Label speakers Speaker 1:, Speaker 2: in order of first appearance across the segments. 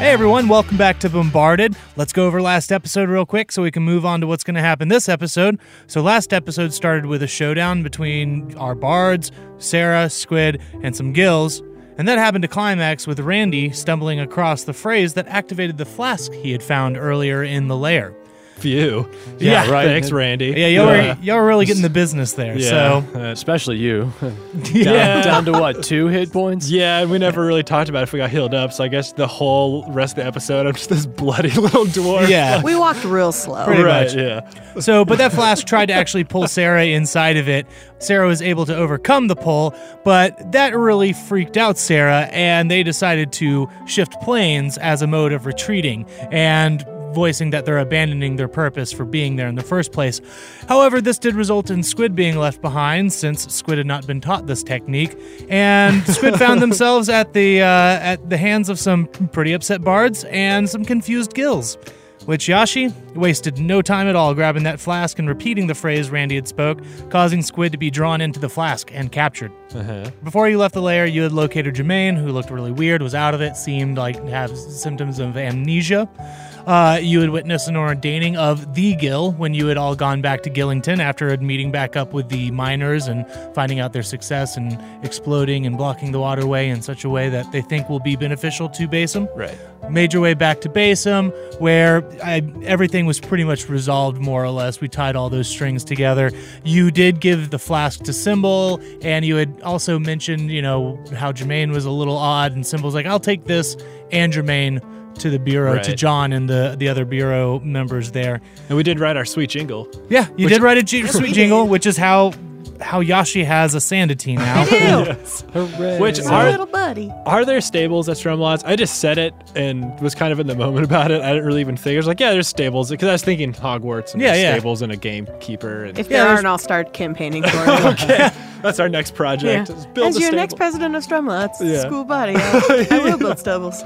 Speaker 1: everyone, welcome back to Bombarded. Let's go over last episode real quick so we can move on to what's going to happen this episode. So, last episode started with a showdown between our bards, Sarah, Squid, and some gills, and that happened to climax with Randy stumbling across the phrase that activated the flask he had found earlier in the lair.
Speaker 2: Phew.
Speaker 1: Yeah,
Speaker 2: Yeah,
Speaker 1: Yeah.
Speaker 2: right.
Speaker 1: right.
Speaker 2: Thanks, Randy. Uh,
Speaker 1: Yeah, y'all, Were, y'all were really getting the business there. So,
Speaker 3: Especially you.
Speaker 1: yeah.
Speaker 3: Down, down to what? Two hit points?
Speaker 2: yeah, and we never really talked about if we got healed up. So I guess the whole rest of the episode, I'm just this bloody little dwarf.
Speaker 1: Yeah.
Speaker 4: We walked real slow.
Speaker 1: pretty
Speaker 2: right.
Speaker 1: much.
Speaker 2: Yeah.
Speaker 1: So, but that flask tried to actually pull Sarah inside of it. Sarah was able to overcome the pull, but that really freaked out Sarah, and they decided to shift planes as a mode of retreating and voicing that they're abandoning their purpose for being there in the first place. However, this did result in Squid being left behind since Squid had not been taught this technique, and Squid found themselves at the uh, at the hands of some pretty upset bards and some confused gills. Which Yashi wasted no time at all grabbing that flask and repeating the phrase Randy had spoke, causing Squid to be drawn into the flask and captured. Before you left the lair, you had located Jermaine, who looked really weird, was out of it, seemed like to have symptoms of amnesia. Uh, you had witnessed an ordaining of the Gill when you had all gone back to Gillington after meeting back up with the miners and finding out their success and exploding and blocking the waterway in such a way that they think will be beneficial to Basim
Speaker 2: Right.
Speaker 1: made your way back to Basem, where I, everything was pretty much resolved, more or less. We tied all those strings together. You did give the flask to Symbol, and you had also mentioned, you know, how Jermaine was a little odd, and Symbol's like, "I'll take this and Jermaine to the bureau to
Speaker 2: Right.
Speaker 1: John and the the other bureau members there."
Speaker 2: And we did write our sweet jingle.
Speaker 1: Yeah, you did write a j-
Speaker 4: Yes,
Speaker 1: sweet
Speaker 4: we
Speaker 1: jingle,
Speaker 4: did.
Speaker 1: which is how how Yashi has a Sandity now.
Speaker 4: Ew,
Speaker 3: Hooray.
Speaker 2: Which
Speaker 4: my
Speaker 2: are
Speaker 4: little buddy.
Speaker 2: are there stables at Strumlots? I just said it and was kind of in the moment about it. I didn't really even think. I was like, yeah, there's stables because I was thinking Hogwarts and
Speaker 1: Yeah,
Speaker 2: there's
Speaker 1: yeah.
Speaker 2: stables and a gamekeeper. And
Speaker 4: If
Speaker 1: Yeah,
Speaker 4: there
Speaker 1: there's-
Speaker 4: aren't, I'll start campaigning for it.
Speaker 2: that's our next project. is Build
Speaker 4: As
Speaker 2: a
Speaker 4: your
Speaker 2: stable.
Speaker 4: next president of Strumla, it's
Speaker 2: Yeah.
Speaker 4: school body. I, I will build stables.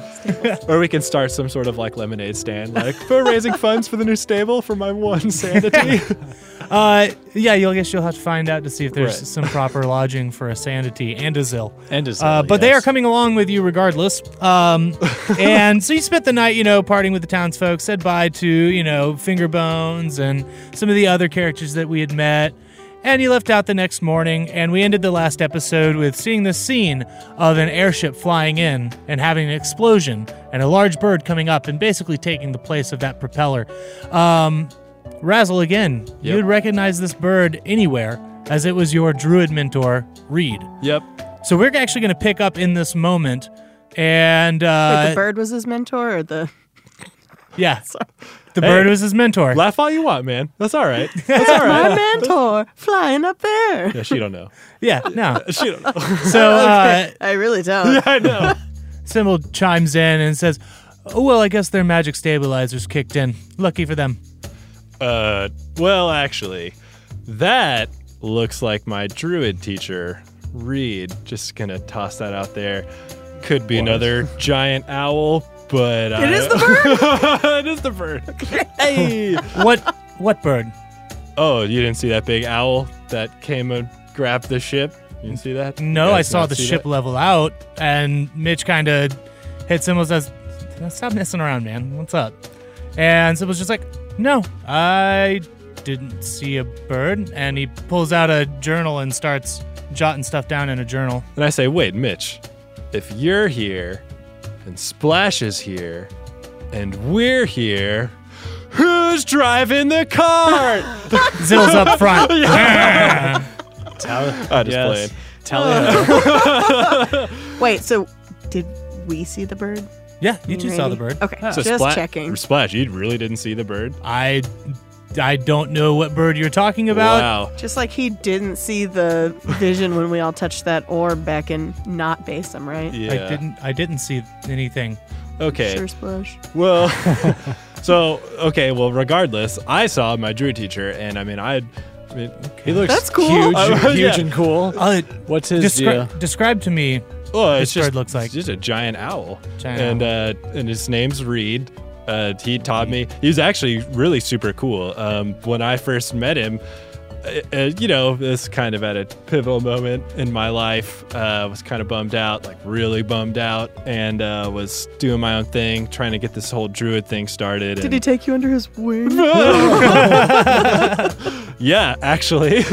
Speaker 2: Or we can start some sort of like lemonade stand, like for raising funds for the new stable for my one sanity.
Speaker 1: uh, yeah, you'll I guess you'll have to find out to see if there's
Speaker 2: Right.
Speaker 1: some proper lodging for a Sandity and a Zill.
Speaker 3: End is
Speaker 1: Uh, but they are coming along with you regardless. Um, and so you spent the night, you know, partying with the townsfolk, said bye to, you know, Fingerbones and some of the other characters that we had met. And you left out the next morning, and we ended the last episode with seeing the scene of an airship flying in and having an explosion and a large bird coming up and basically taking the place of that propeller. Um, Razzle, again, you
Speaker 2: Yep.
Speaker 1: would recognize this bird anywhere as it was your druid mentor, Reed.
Speaker 2: yep.
Speaker 1: So we're actually going to pick up in this moment, and uh,
Speaker 4: Wait, the bird was his mentor, or the
Speaker 1: yeah, the bird was his mentor.
Speaker 2: Laugh all you want, man. That's all right.
Speaker 4: my mentor flying up there.
Speaker 2: Yeah, she don't know.
Speaker 1: yeah, no.
Speaker 2: She don't know.
Speaker 1: So uh,
Speaker 4: I really don't.
Speaker 2: I know.
Speaker 1: Symbol chimes in and says, "Oh well, I guess their magic stabilizers kicked in. Lucky for them."
Speaker 2: Uh, well, actually, that looks like my druid teacher, Reed. Just gonna toss that out there. Could be another giant owl, but
Speaker 4: It is the bird.
Speaker 2: bird. it is the bird. Hey.
Speaker 1: What? What bird?
Speaker 2: Oh, you didn't see that big owl that came and grabbed the ship? You didn't see that? You
Speaker 1: No, I
Speaker 2: guys
Speaker 1: saw
Speaker 2: not
Speaker 1: the
Speaker 2: see
Speaker 1: ship
Speaker 2: that?
Speaker 1: level out, and Mitch kind of hit Symbol says, "Stop messing around, man. What's up?" And Symbol's just like, "No, I didn't see a bird." And he pulls out a journal and starts jotting stuff down in a journal.
Speaker 2: And I say, wait, Mitch, if you're here, and Splash is here, and we're here, who's driving the cart?
Speaker 1: Zill's up front.
Speaker 2: I just
Speaker 3: Yes.
Speaker 2: played.
Speaker 3: Tell him.
Speaker 4: Wait, so did we see the bird?
Speaker 1: yeah, you two saw the bird.
Speaker 4: Okay, just
Speaker 2: Spla-
Speaker 4: checking.
Speaker 2: Splash, you really didn't see the bird?
Speaker 1: I I don't know what bird you're talking about.
Speaker 2: wow.
Speaker 4: Just like he didn't see the vision when we all touched that orb back in not Basim, right?
Speaker 2: Yeah.
Speaker 1: I didn't I didn't see anything.
Speaker 2: Okay.
Speaker 4: Sure, Splash.
Speaker 2: Well, so okay. Well, regardless, I saw my druid teacher, and I mean, I, I mean, he looks
Speaker 4: That's cool.
Speaker 3: Huge,
Speaker 2: I-
Speaker 3: huge
Speaker 2: yeah.
Speaker 3: and cool.
Speaker 1: Uh,
Speaker 3: What's his
Speaker 1: descri-
Speaker 3: deal?
Speaker 1: Describe to me.
Speaker 2: Well, it's
Speaker 1: This bird
Speaker 2: just
Speaker 1: looks like-
Speaker 2: it's just a giant owl,
Speaker 1: Giant
Speaker 2: and Uh, and his name's Reed. Uh, he taught me. He was actually really super cool. Um, when I first met him, uh, uh, you know, this kind of at a pivotal moment in my life. Uh, was kind of bummed out, like really bummed out, and uh, was doing my own thing, trying to get this whole druid thing started.
Speaker 4: Did
Speaker 2: and-
Speaker 4: he take you under his wing?
Speaker 2: yeah, actually.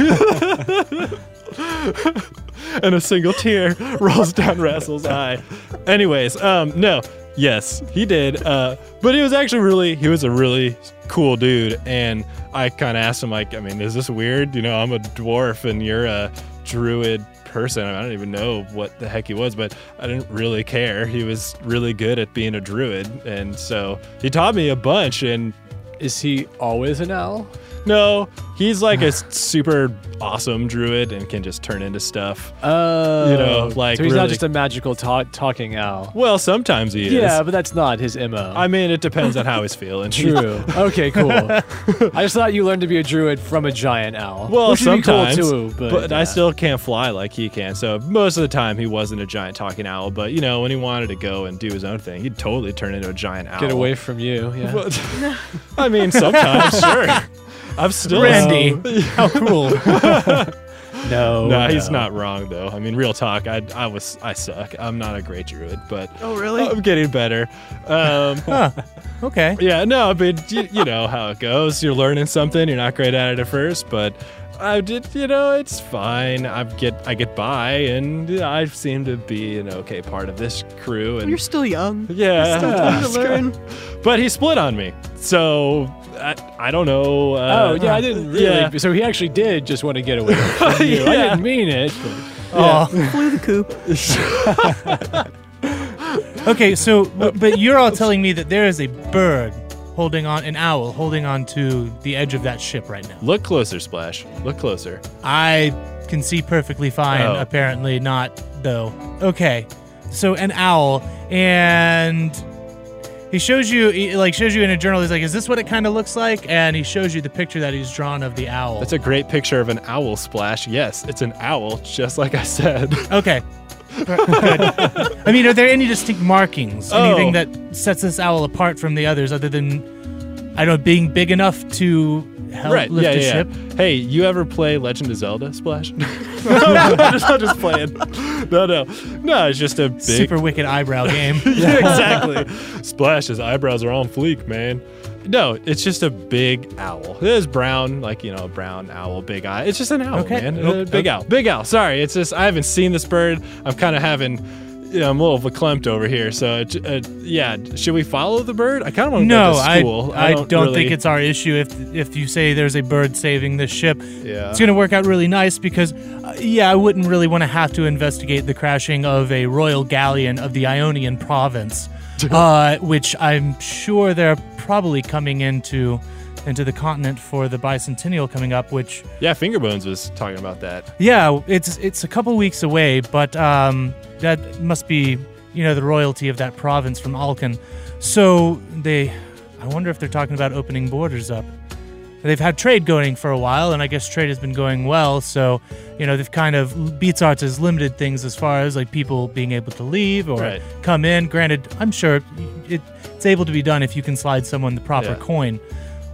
Speaker 2: and a single tear rolls down Rassel's eye. Anyways, um, no, yes, he did. Uh, but he was actually really, he was a really cool dude. And I kind of asked him, like, I mean, is this weird? You know, I'm a dwarf and you're a druid person. I don't even know what the heck he was, but I didn't really care. He was really good at being a druid. And so he taught me a bunch and
Speaker 3: Is he always an owl?
Speaker 2: no, he's like a s- super awesome druid and can just turn into stuff.
Speaker 3: Oh,
Speaker 2: know, like,
Speaker 3: so he's
Speaker 2: really-
Speaker 3: not just a magical ta- talking owl.
Speaker 2: Well, sometimes he is.
Speaker 3: Yeah, but that's not his mo.
Speaker 2: I mean, it depends on how he's feeling.
Speaker 3: True. okay, cool. I just thought you learned to be a druid from a giant owl.
Speaker 2: Well,
Speaker 3: which would
Speaker 2: sometimes,
Speaker 3: be cool too, but,
Speaker 2: I
Speaker 3: yeah.
Speaker 2: still can't fly like he can. So most of the time, he wasn't a giant talking owl. But you know, when he wanted to go and do his own thing, he'd totally turn into a giant owl.
Speaker 3: get away from you. Yeah.
Speaker 2: Well, I mean, sometimes, sure. I'm still
Speaker 1: Randy, how cool.
Speaker 3: no,
Speaker 2: No, he's
Speaker 3: no.
Speaker 2: not wrong though. I mean, real talk. I, I was, I suck. I'm not a great druid, but
Speaker 4: oh, really?
Speaker 2: I'm getting better. Um,
Speaker 1: Okay.
Speaker 2: Yeah, no, I mean, you, you know how it goes. You're learning something. You're not great at it at first, but I did. You know, it's fine. I get I get by, and I seem to be an okay part of this crew. And
Speaker 4: You're still young.
Speaker 2: yeah,
Speaker 4: Still time to learn.
Speaker 2: but he split on me, so I, I don't know.
Speaker 3: Oh
Speaker 2: Uh,
Speaker 3: yeah, I didn't really.
Speaker 2: yeah.
Speaker 3: So he actually did just want to get away from you. I
Speaker 2: Yeah.
Speaker 3: didn't mean it.
Speaker 1: Aw.
Speaker 4: Flew the coop.
Speaker 1: Okay, so but but you're all telling me that there is a bird holding on an owl holding on to the edge of that ship right now.
Speaker 2: Look closer, Splash. Look closer.
Speaker 1: I can see perfectly fine,
Speaker 2: Oh.
Speaker 1: apparently not though. Okay. So an owl and he shows you he, like shows you in a journal he's like is this what it kind of looks like and he shows you the picture that he's drawn of the owl.
Speaker 2: That's a great picture of an owl, Splash. Yes, it's an owl, just like I said.
Speaker 1: okay. Good. I mean, are there any distinct markings?
Speaker 2: Oh.
Speaker 1: Anything that sets this owl apart from the others other than I don't know, being big enough to help
Speaker 2: right.
Speaker 1: lift
Speaker 2: yeah,
Speaker 1: a
Speaker 2: yeah.
Speaker 1: ship?
Speaker 2: Hey, you ever play Legend of Zelda Splash? no, I'm just, I'm just playing. No, no, no. It's just a big.
Speaker 1: Super wicked eyebrow game.
Speaker 2: Yeah, exactly. Splash's eyebrows are on fleek, man. No, it's just a big owl. It is brown, like you know, brown owl, big eye. It's just an owl,
Speaker 1: Okay.
Speaker 2: man.
Speaker 1: Nope.
Speaker 2: Uh, big owl, big owl. Sorry, it's just I haven't seen this bird. I'm kind of having, you know, I'm a little verklempt over here. So, it, uh, yeah, should we follow the bird? I kind of want to
Speaker 1: No,
Speaker 2: go to
Speaker 1: I,
Speaker 2: school.
Speaker 1: I, don't,
Speaker 2: really-
Speaker 1: think it's our issue if if you say there's a bird saving this ship.
Speaker 2: Yeah.
Speaker 1: It's going to work out really nice because, uh, yeah, I wouldn't really want to have to investigate the crashing of a royal galleon of the Ionian province, uh, which I'm sure they're probably coming into into the continent for the bicentennial coming up, which
Speaker 2: Yeah, Fingerbones was talking about that.
Speaker 1: yeah, it's it's a couple weeks away, but um, that must be you know the royalty of that province from Alkan. So they, I wonder if they're talking about opening borders up. They've had trade going for a while, and I guess trade has been going well. So you know they've kind of Beats Arts has limited things as far as like people being able to leave or
Speaker 2: Right.
Speaker 1: come in. Granted, I'm sure it, it's able to be done if you can slide someone the proper
Speaker 2: Yeah.
Speaker 1: coin.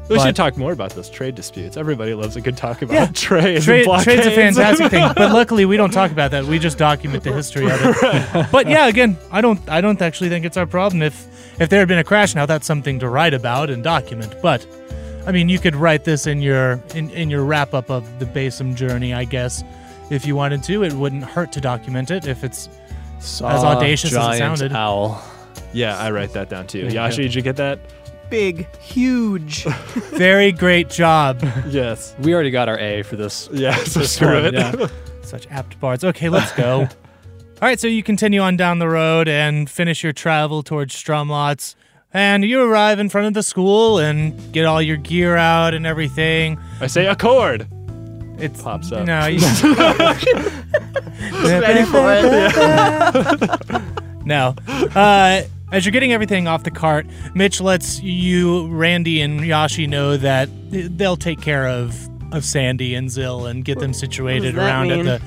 Speaker 2: We
Speaker 1: But-
Speaker 2: should talk more about those trade disputes. Everybody loves a good talk about
Speaker 1: Yeah.
Speaker 2: trade.
Speaker 1: Trade,
Speaker 2: and
Speaker 1: trade's a
Speaker 2: blockades.
Speaker 1: fantastic thing, but luckily we don't talk about that. We just document the history of it. But yeah, again, I don't, I don't actually think it's our problem. If if there had been a crash, now that's something to write about and document. But I mean, you could write this in your in, in your wrap up of the Basim journey, I guess, if you wanted to. It wouldn't hurt to document it if it's
Speaker 3: Saw
Speaker 1: audacious as it
Speaker 3: giant
Speaker 1: sounded.
Speaker 3: Owl.
Speaker 2: yeah, I write that down too.
Speaker 3: you
Speaker 2: Yashi,
Speaker 3: go.
Speaker 2: did you get that?
Speaker 4: Big, huge.
Speaker 1: very great job.
Speaker 2: Yes.
Speaker 3: We already got our A for this.
Speaker 2: Yeah, so screw
Speaker 3: one,
Speaker 2: it.
Speaker 3: yeah.
Speaker 1: Such apt bards. Okay, let's go. All right, so you continue on down the road and finish your travel towards Stromlots. And you arrive in front of the school and get all your gear out and everything.
Speaker 2: I say accord.
Speaker 1: It's
Speaker 2: Pops up.
Speaker 1: No, you,
Speaker 4: Ready for it?
Speaker 1: no. Uh, as you're getting everything off the cart, Mitch lets you, Randy, and Yashi know that they'll take care of of Sandy and Zill and get them situated
Speaker 4: does that
Speaker 1: around
Speaker 4: mean?
Speaker 1: at the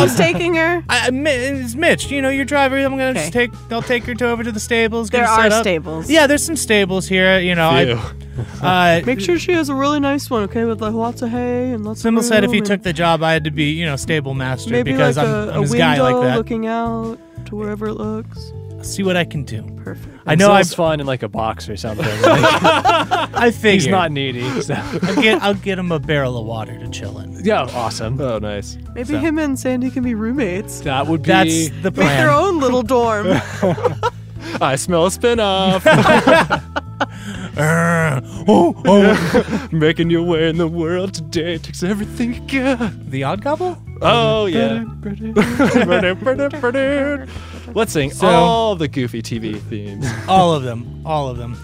Speaker 4: Who's taking her?
Speaker 1: I, I- Mi- it's Mitch. You know, your driver. I'm gonna just
Speaker 4: Okay.
Speaker 1: take. I'll take her to over to the stables. get
Speaker 4: There
Speaker 1: her set
Speaker 4: are
Speaker 1: up.
Speaker 4: stables.
Speaker 1: Yeah, there's some stables here. You know,
Speaker 2: Ew.
Speaker 1: I. Uh,
Speaker 4: Make sure she has a really nice one, okay? With like lots of hay and lots of.
Speaker 1: Simmel said if he
Speaker 4: room and
Speaker 1: took the job, I had to be, you know, stable master
Speaker 4: maybe
Speaker 1: because
Speaker 4: like
Speaker 1: I'm,
Speaker 4: a,
Speaker 1: I'm
Speaker 4: a
Speaker 1: his
Speaker 4: window
Speaker 1: guy like that.
Speaker 4: looking out to wherever it looks.
Speaker 1: See what I can do.
Speaker 4: Perfect.
Speaker 1: I know I,
Speaker 3: Sounds fun in like a box or something. Like,
Speaker 1: I figured
Speaker 3: he's not needy. So.
Speaker 1: I'll, get, I'll get him a barrel of water to chill in.
Speaker 3: Yeah, awesome.
Speaker 2: Oh, nice.
Speaker 4: Maybe him and Sandy can be roommates.
Speaker 3: That would be.
Speaker 1: That's the
Speaker 4: Make their
Speaker 1: plan.
Speaker 4: own little dorm.
Speaker 2: I smell a spinoff.
Speaker 1: Urgh. oh, oh.
Speaker 2: Making your way in the world today takes everything you got.
Speaker 1: the odd couple?
Speaker 2: Oh yeah. Let's sing
Speaker 1: So-
Speaker 2: all the goofy TV themes.
Speaker 1: All of them. All of them.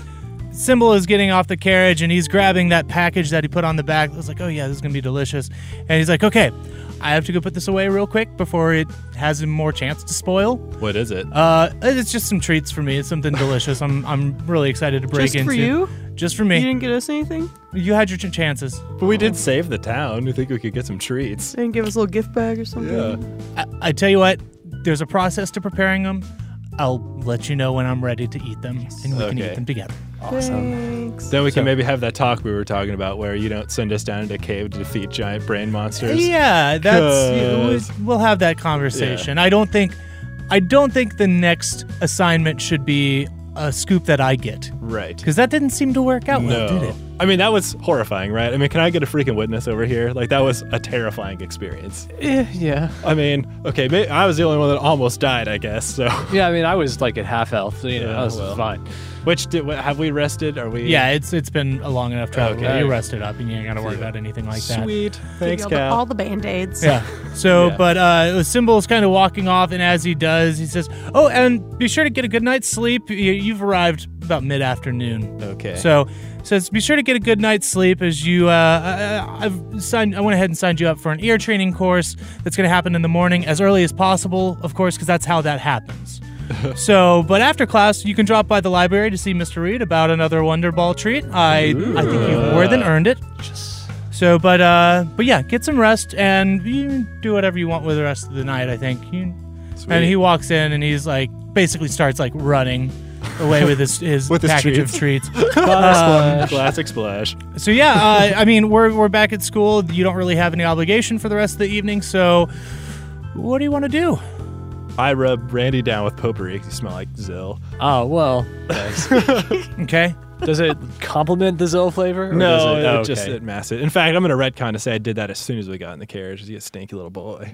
Speaker 1: Symbol is getting off the carriage and he's grabbing that package that he put on the back. I was like, oh yeah, this is gonna be delicious. And he's like, okay, I have to go put this away real quick before it has more chance to spoil.
Speaker 2: What is it?
Speaker 1: Uh, it's just some treats for me. It's something delicious. I'm I'm really excited to break
Speaker 4: Just
Speaker 1: into.
Speaker 4: for you?
Speaker 1: Just for
Speaker 4: You
Speaker 1: me.
Speaker 4: didn't get us anything?
Speaker 1: You, had your ch- chances.
Speaker 2: But we did save the town. We think we could get some treats.
Speaker 4: They didn't give us a little gift bag or something?
Speaker 2: Yeah.
Speaker 1: I, I tell you what, there's a process to preparing them. I'll let you know when I'm ready to eat them, and we can
Speaker 2: Okay.
Speaker 1: eat them together.
Speaker 4: Thanks.
Speaker 2: Then we can
Speaker 3: So-
Speaker 2: maybe have that talk we were talking about where you don't send us down into a cave to defeat giant brain monsters.
Speaker 1: Yeah, that's
Speaker 2: 'Cause-
Speaker 1: we- we'll have that conversation. I don't think, I don't think the next assignment should be a scoop that I get
Speaker 2: Right.
Speaker 1: because that didn't seem to work out well, did
Speaker 2: No.
Speaker 1: it?
Speaker 2: I mean, that was horrifying, right? I mean, can I get a freaking witness over here? Like, that was a terrifying experience.
Speaker 3: Eh, yeah.
Speaker 2: I mean, okay, may I was the only one that almost died, I guess. So,
Speaker 3: Yeah, I mean, I was like at half health. So, you know,
Speaker 2: Yeah,
Speaker 3: that was
Speaker 2: well.
Speaker 3: fine.
Speaker 2: which did, what- have we rested? Are we?
Speaker 1: Yeah, it's it's been a long enough travel.
Speaker 2: Okay.
Speaker 1: You rested up, and you ain't got to worry about anything like that.
Speaker 2: Sweet. Thanks,
Speaker 4: all, the,
Speaker 2: Cal.
Speaker 4: all the band-aids.
Speaker 1: Yeah. So,
Speaker 2: Yeah.
Speaker 1: but uh, Symbol's kind of walking off, and as he does, he says, "Oh, and be sure to get a good night's sleep. You, you've arrived about mid-afternoon."
Speaker 2: Okay.
Speaker 1: So, says, "Be sure to get a good night's sleep." As you, uh, I, I've signed. I went ahead and signed you up for an ear training course that's going to happen in the morning as early as possible, of course, because that's how that happens. So, but after class, you can drop by the library to see Mr. Reed about another Wonder Ball treat. I, I think you've more than earned it. So, but uh, but yeah, get some rest and you can do whatever you want with the rest of the night. I think. You, and he walks in and he's like, basically starts like running away with his his
Speaker 2: With his
Speaker 1: package of treats.
Speaker 2: Classic splash.
Speaker 1: so yeah, uh, I mean, we're we're back at school. You don't really have any obligation for the rest of the evening. So, what do you want to do?
Speaker 2: I rub Randy down with potpourri. 'cause You smell like Zill.
Speaker 3: Oh, well.
Speaker 1: Okay.
Speaker 3: Does it complement the Zill flavor? or does
Speaker 2: No, it,
Speaker 3: oh,
Speaker 2: just
Speaker 3: okay.
Speaker 2: it masks it. In fact, I'm gonna retcon to say I did that as soon as we got in the carriage. 'cause You stinky little boy.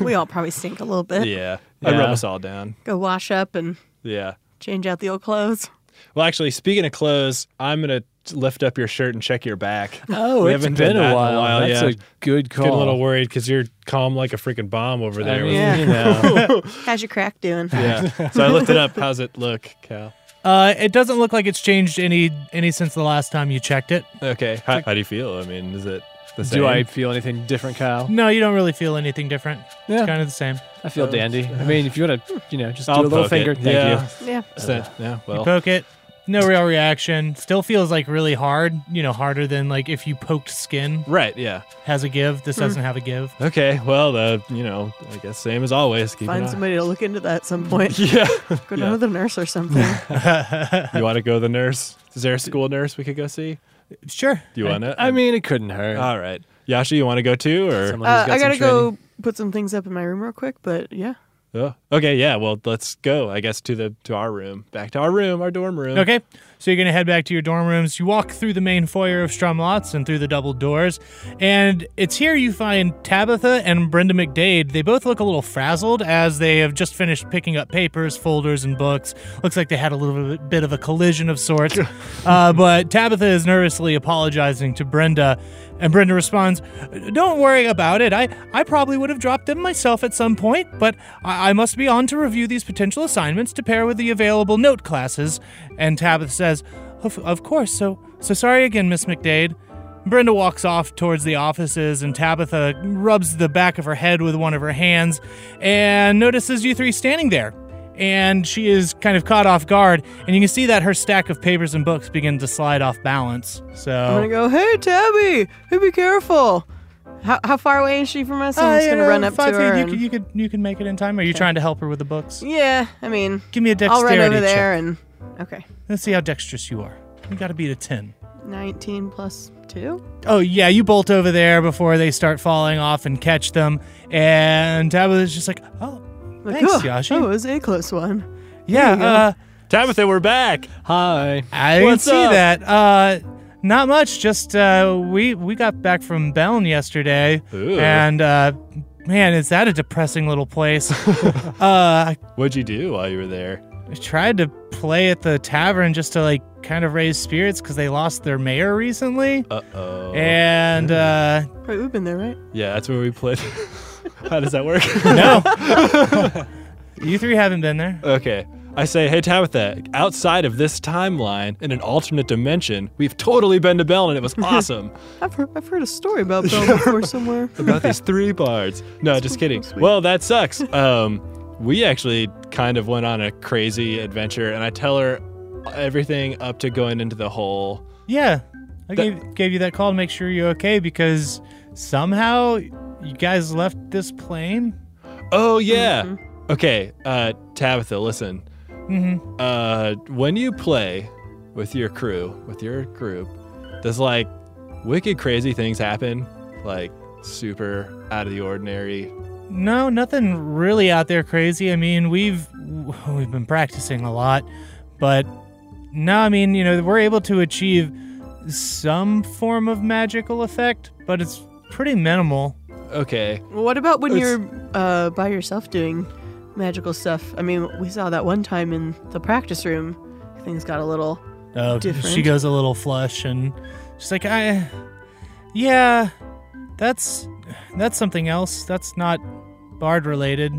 Speaker 4: We all probably stink a little bit.
Speaker 2: yeah, I
Speaker 3: Yeah.
Speaker 2: rub us all down.
Speaker 4: Go wash up and
Speaker 2: Yeah.
Speaker 4: change out the old clothes.
Speaker 2: Well, actually, speaking of clothes, I'm gonna lift up your shirt and check your back.
Speaker 3: Oh,
Speaker 2: We
Speaker 3: it's
Speaker 2: haven't
Speaker 3: been,
Speaker 2: done that in
Speaker 3: a
Speaker 2: a
Speaker 3: while.
Speaker 2: while,
Speaker 3: That's
Speaker 2: yeah.
Speaker 3: a good call.
Speaker 2: Getting a little worried because you're calm like a freaking bomb over there.
Speaker 3: I
Speaker 2: with-
Speaker 3: mean,
Speaker 4: Yeah.
Speaker 3: you know,
Speaker 4: How's your crack doing?
Speaker 2: yeah. So I lift it up. How's it look, Cal?
Speaker 1: Uh, it doesn't look like it's changed any any since the last time you checked it.
Speaker 2: Okay. How, how do you feel? I mean, is it the same?
Speaker 3: do I feel anything different, Kyle?
Speaker 1: No, you don't really feel anything different. It's
Speaker 3: Yeah.
Speaker 1: kind of the same.
Speaker 3: I feel dandy. I mean, if you want to, you know, just
Speaker 2: Uh, I'll
Speaker 3: do a little
Speaker 2: poke it.
Speaker 3: finger. Thank
Speaker 2: Yeah.
Speaker 3: you.
Speaker 4: Yeah.
Speaker 2: Is that- yeah. Well.
Speaker 1: Poke it. No real reaction. Still feels like really hard. You know, harder than like if you poked skin
Speaker 2: Right. Yeah.
Speaker 1: has a give. This doesn't have a give.
Speaker 2: Okay. Well, uh, you know, I guess same as always. Keep an
Speaker 4: Find
Speaker 2: eye-
Speaker 4: somebody to look into that at some point.
Speaker 2: Yeah.
Speaker 4: Go down to the nurse or something. Uh,
Speaker 2: you want to go to the nurse? Is there a school nurse we could go see?
Speaker 1: Sure.
Speaker 2: Do you want to?
Speaker 3: I mean, it couldn't hurt.
Speaker 2: all right. Yashi, you want to go too, or?
Speaker 3: Someone who's
Speaker 4: Uh, I
Speaker 3: got some
Speaker 4: gotta
Speaker 3: training.
Speaker 4: go put some things up in my room real quick, but yeah.
Speaker 2: Oh, okay. Yeah. Well, let's go. I guess to the to our room, back to our room, our dorm room.
Speaker 1: Okay. So you're going to head back to your dorm rooms. You walk through the main foyer of Stromlotz and through the double doors. And it's here you find Tabitha and Brenda McDade. They both look a little frazzled as they have just finished picking up papers, folders, and books. Looks like they had a little bit- bit of a collision of sorts. uh, but Tabitha is nervously apologizing to Brenda. And Brenda responds, Don't worry about it. I, I probably would have dropped them myself at some point, but I, I must be on to review these potential assignments to pair with the available note classes. And Tabitha says, Of, of course, so, so sorry again, Miss McDade. Brenda walks off towards the offices, and Tabitha rubs the back of her head with one of her hands and notices you three standing there. And she is kind of caught off guard, and you can see that her stack of papers and books begin to slide off balance. So
Speaker 4: I'm gonna go, hey Tabby, hey be careful. How, how far away is she from us? I'm
Speaker 1: Uh,
Speaker 4: just
Speaker 1: you
Speaker 4: gonna
Speaker 1: know,
Speaker 4: run up to
Speaker 1: Fatu,
Speaker 4: her.
Speaker 1: You,
Speaker 4: and-
Speaker 1: can, you, could, you can make it in time. Are you trying to help her with the books?
Speaker 4: yeah, I mean,
Speaker 1: Give me a
Speaker 4: I'll
Speaker 1: dexterity
Speaker 4: run over
Speaker 1: check.
Speaker 4: there and okay,
Speaker 1: Let's see how dexterous you are. You got to beat a 10.
Speaker 4: 19 plus two.
Speaker 1: Oh, yeah, you bolt over there before they start falling off and catch them. And Tabitha's just like, oh,
Speaker 4: Like,
Speaker 1: thanks,
Speaker 4: oh,
Speaker 1: Yashi.
Speaker 4: That was a close one.
Speaker 1: yeah, uh,
Speaker 2: Tabitha, we're back.
Speaker 3: Hi.
Speaker 1: I didn't
Speaker 2: What's
Speaker 1: see
Speaker 2: up?
Speaker 1: that. Uh, not much. Just uh, we we got back from Beln yesterday,
Speaker 2: Ooh.
Speaker 1: and uh, man, is that a depressing little place? uh, I
Speaker 2: What'd you do while you were there?
Speaker 1: tried to play at the tavern just to like kind of raise spirits because they lost their mayor recently,
Speaker 2: Uh oh.
Speaker 1: and uh,
Speaker 4: Right, we've been there, right?
Speaker 2: Yeah, that's where we played. How does that work?
Speaker 1: no, you three haven't been there.
Speaker 2: okay. I say, hey Tabitha, outside of this timeline in an alternate dimension, we've totally been to Bell and it was awesome.
Speaker 4: I've heard, I've heard a story about Belle before somewhere.
Speaker 2: about these three bards. No, just kidding.
Speaker 4: sweet.
Speaker 2: Well, that sucks. Um, we actually kind of went on a crazy adventure, and I tell her everything up to going into the hole.
Speaker 1: Yeah, I
Speaker 2: That-
Speaker 1: gave gave you that call to make sure you're okay because somehow you guys left this plane.
Speaker 2: Oh yeah. Okay, uh, Tabitha, listen.
Speaker 1: Mm-hmm.
Speaker 2: Uh, when you play with your crew, with your group, does like wicked crazy things happen? Like super out of the ordinary.
Speaker 1: No, nothing really out there crazy. I mean, we've we've been practicing a lot, but no, I mean, you know, we're able to achieve some form of magical effect, but it's pretty minimal.
Speaker 2: Okay.
Speaker 4: Well, What about when
Speaker 2: It's-
Speaker 4: you're uh, by yourself doing magical stuff? I mean, we saw that one time in the practice room. Things got a little.
Speaker 1: Oh,
Speaker 4: Different.
Speaker 1: she goes a little flush and she's like, "I, yeah, that's that's something else. That's not bard related."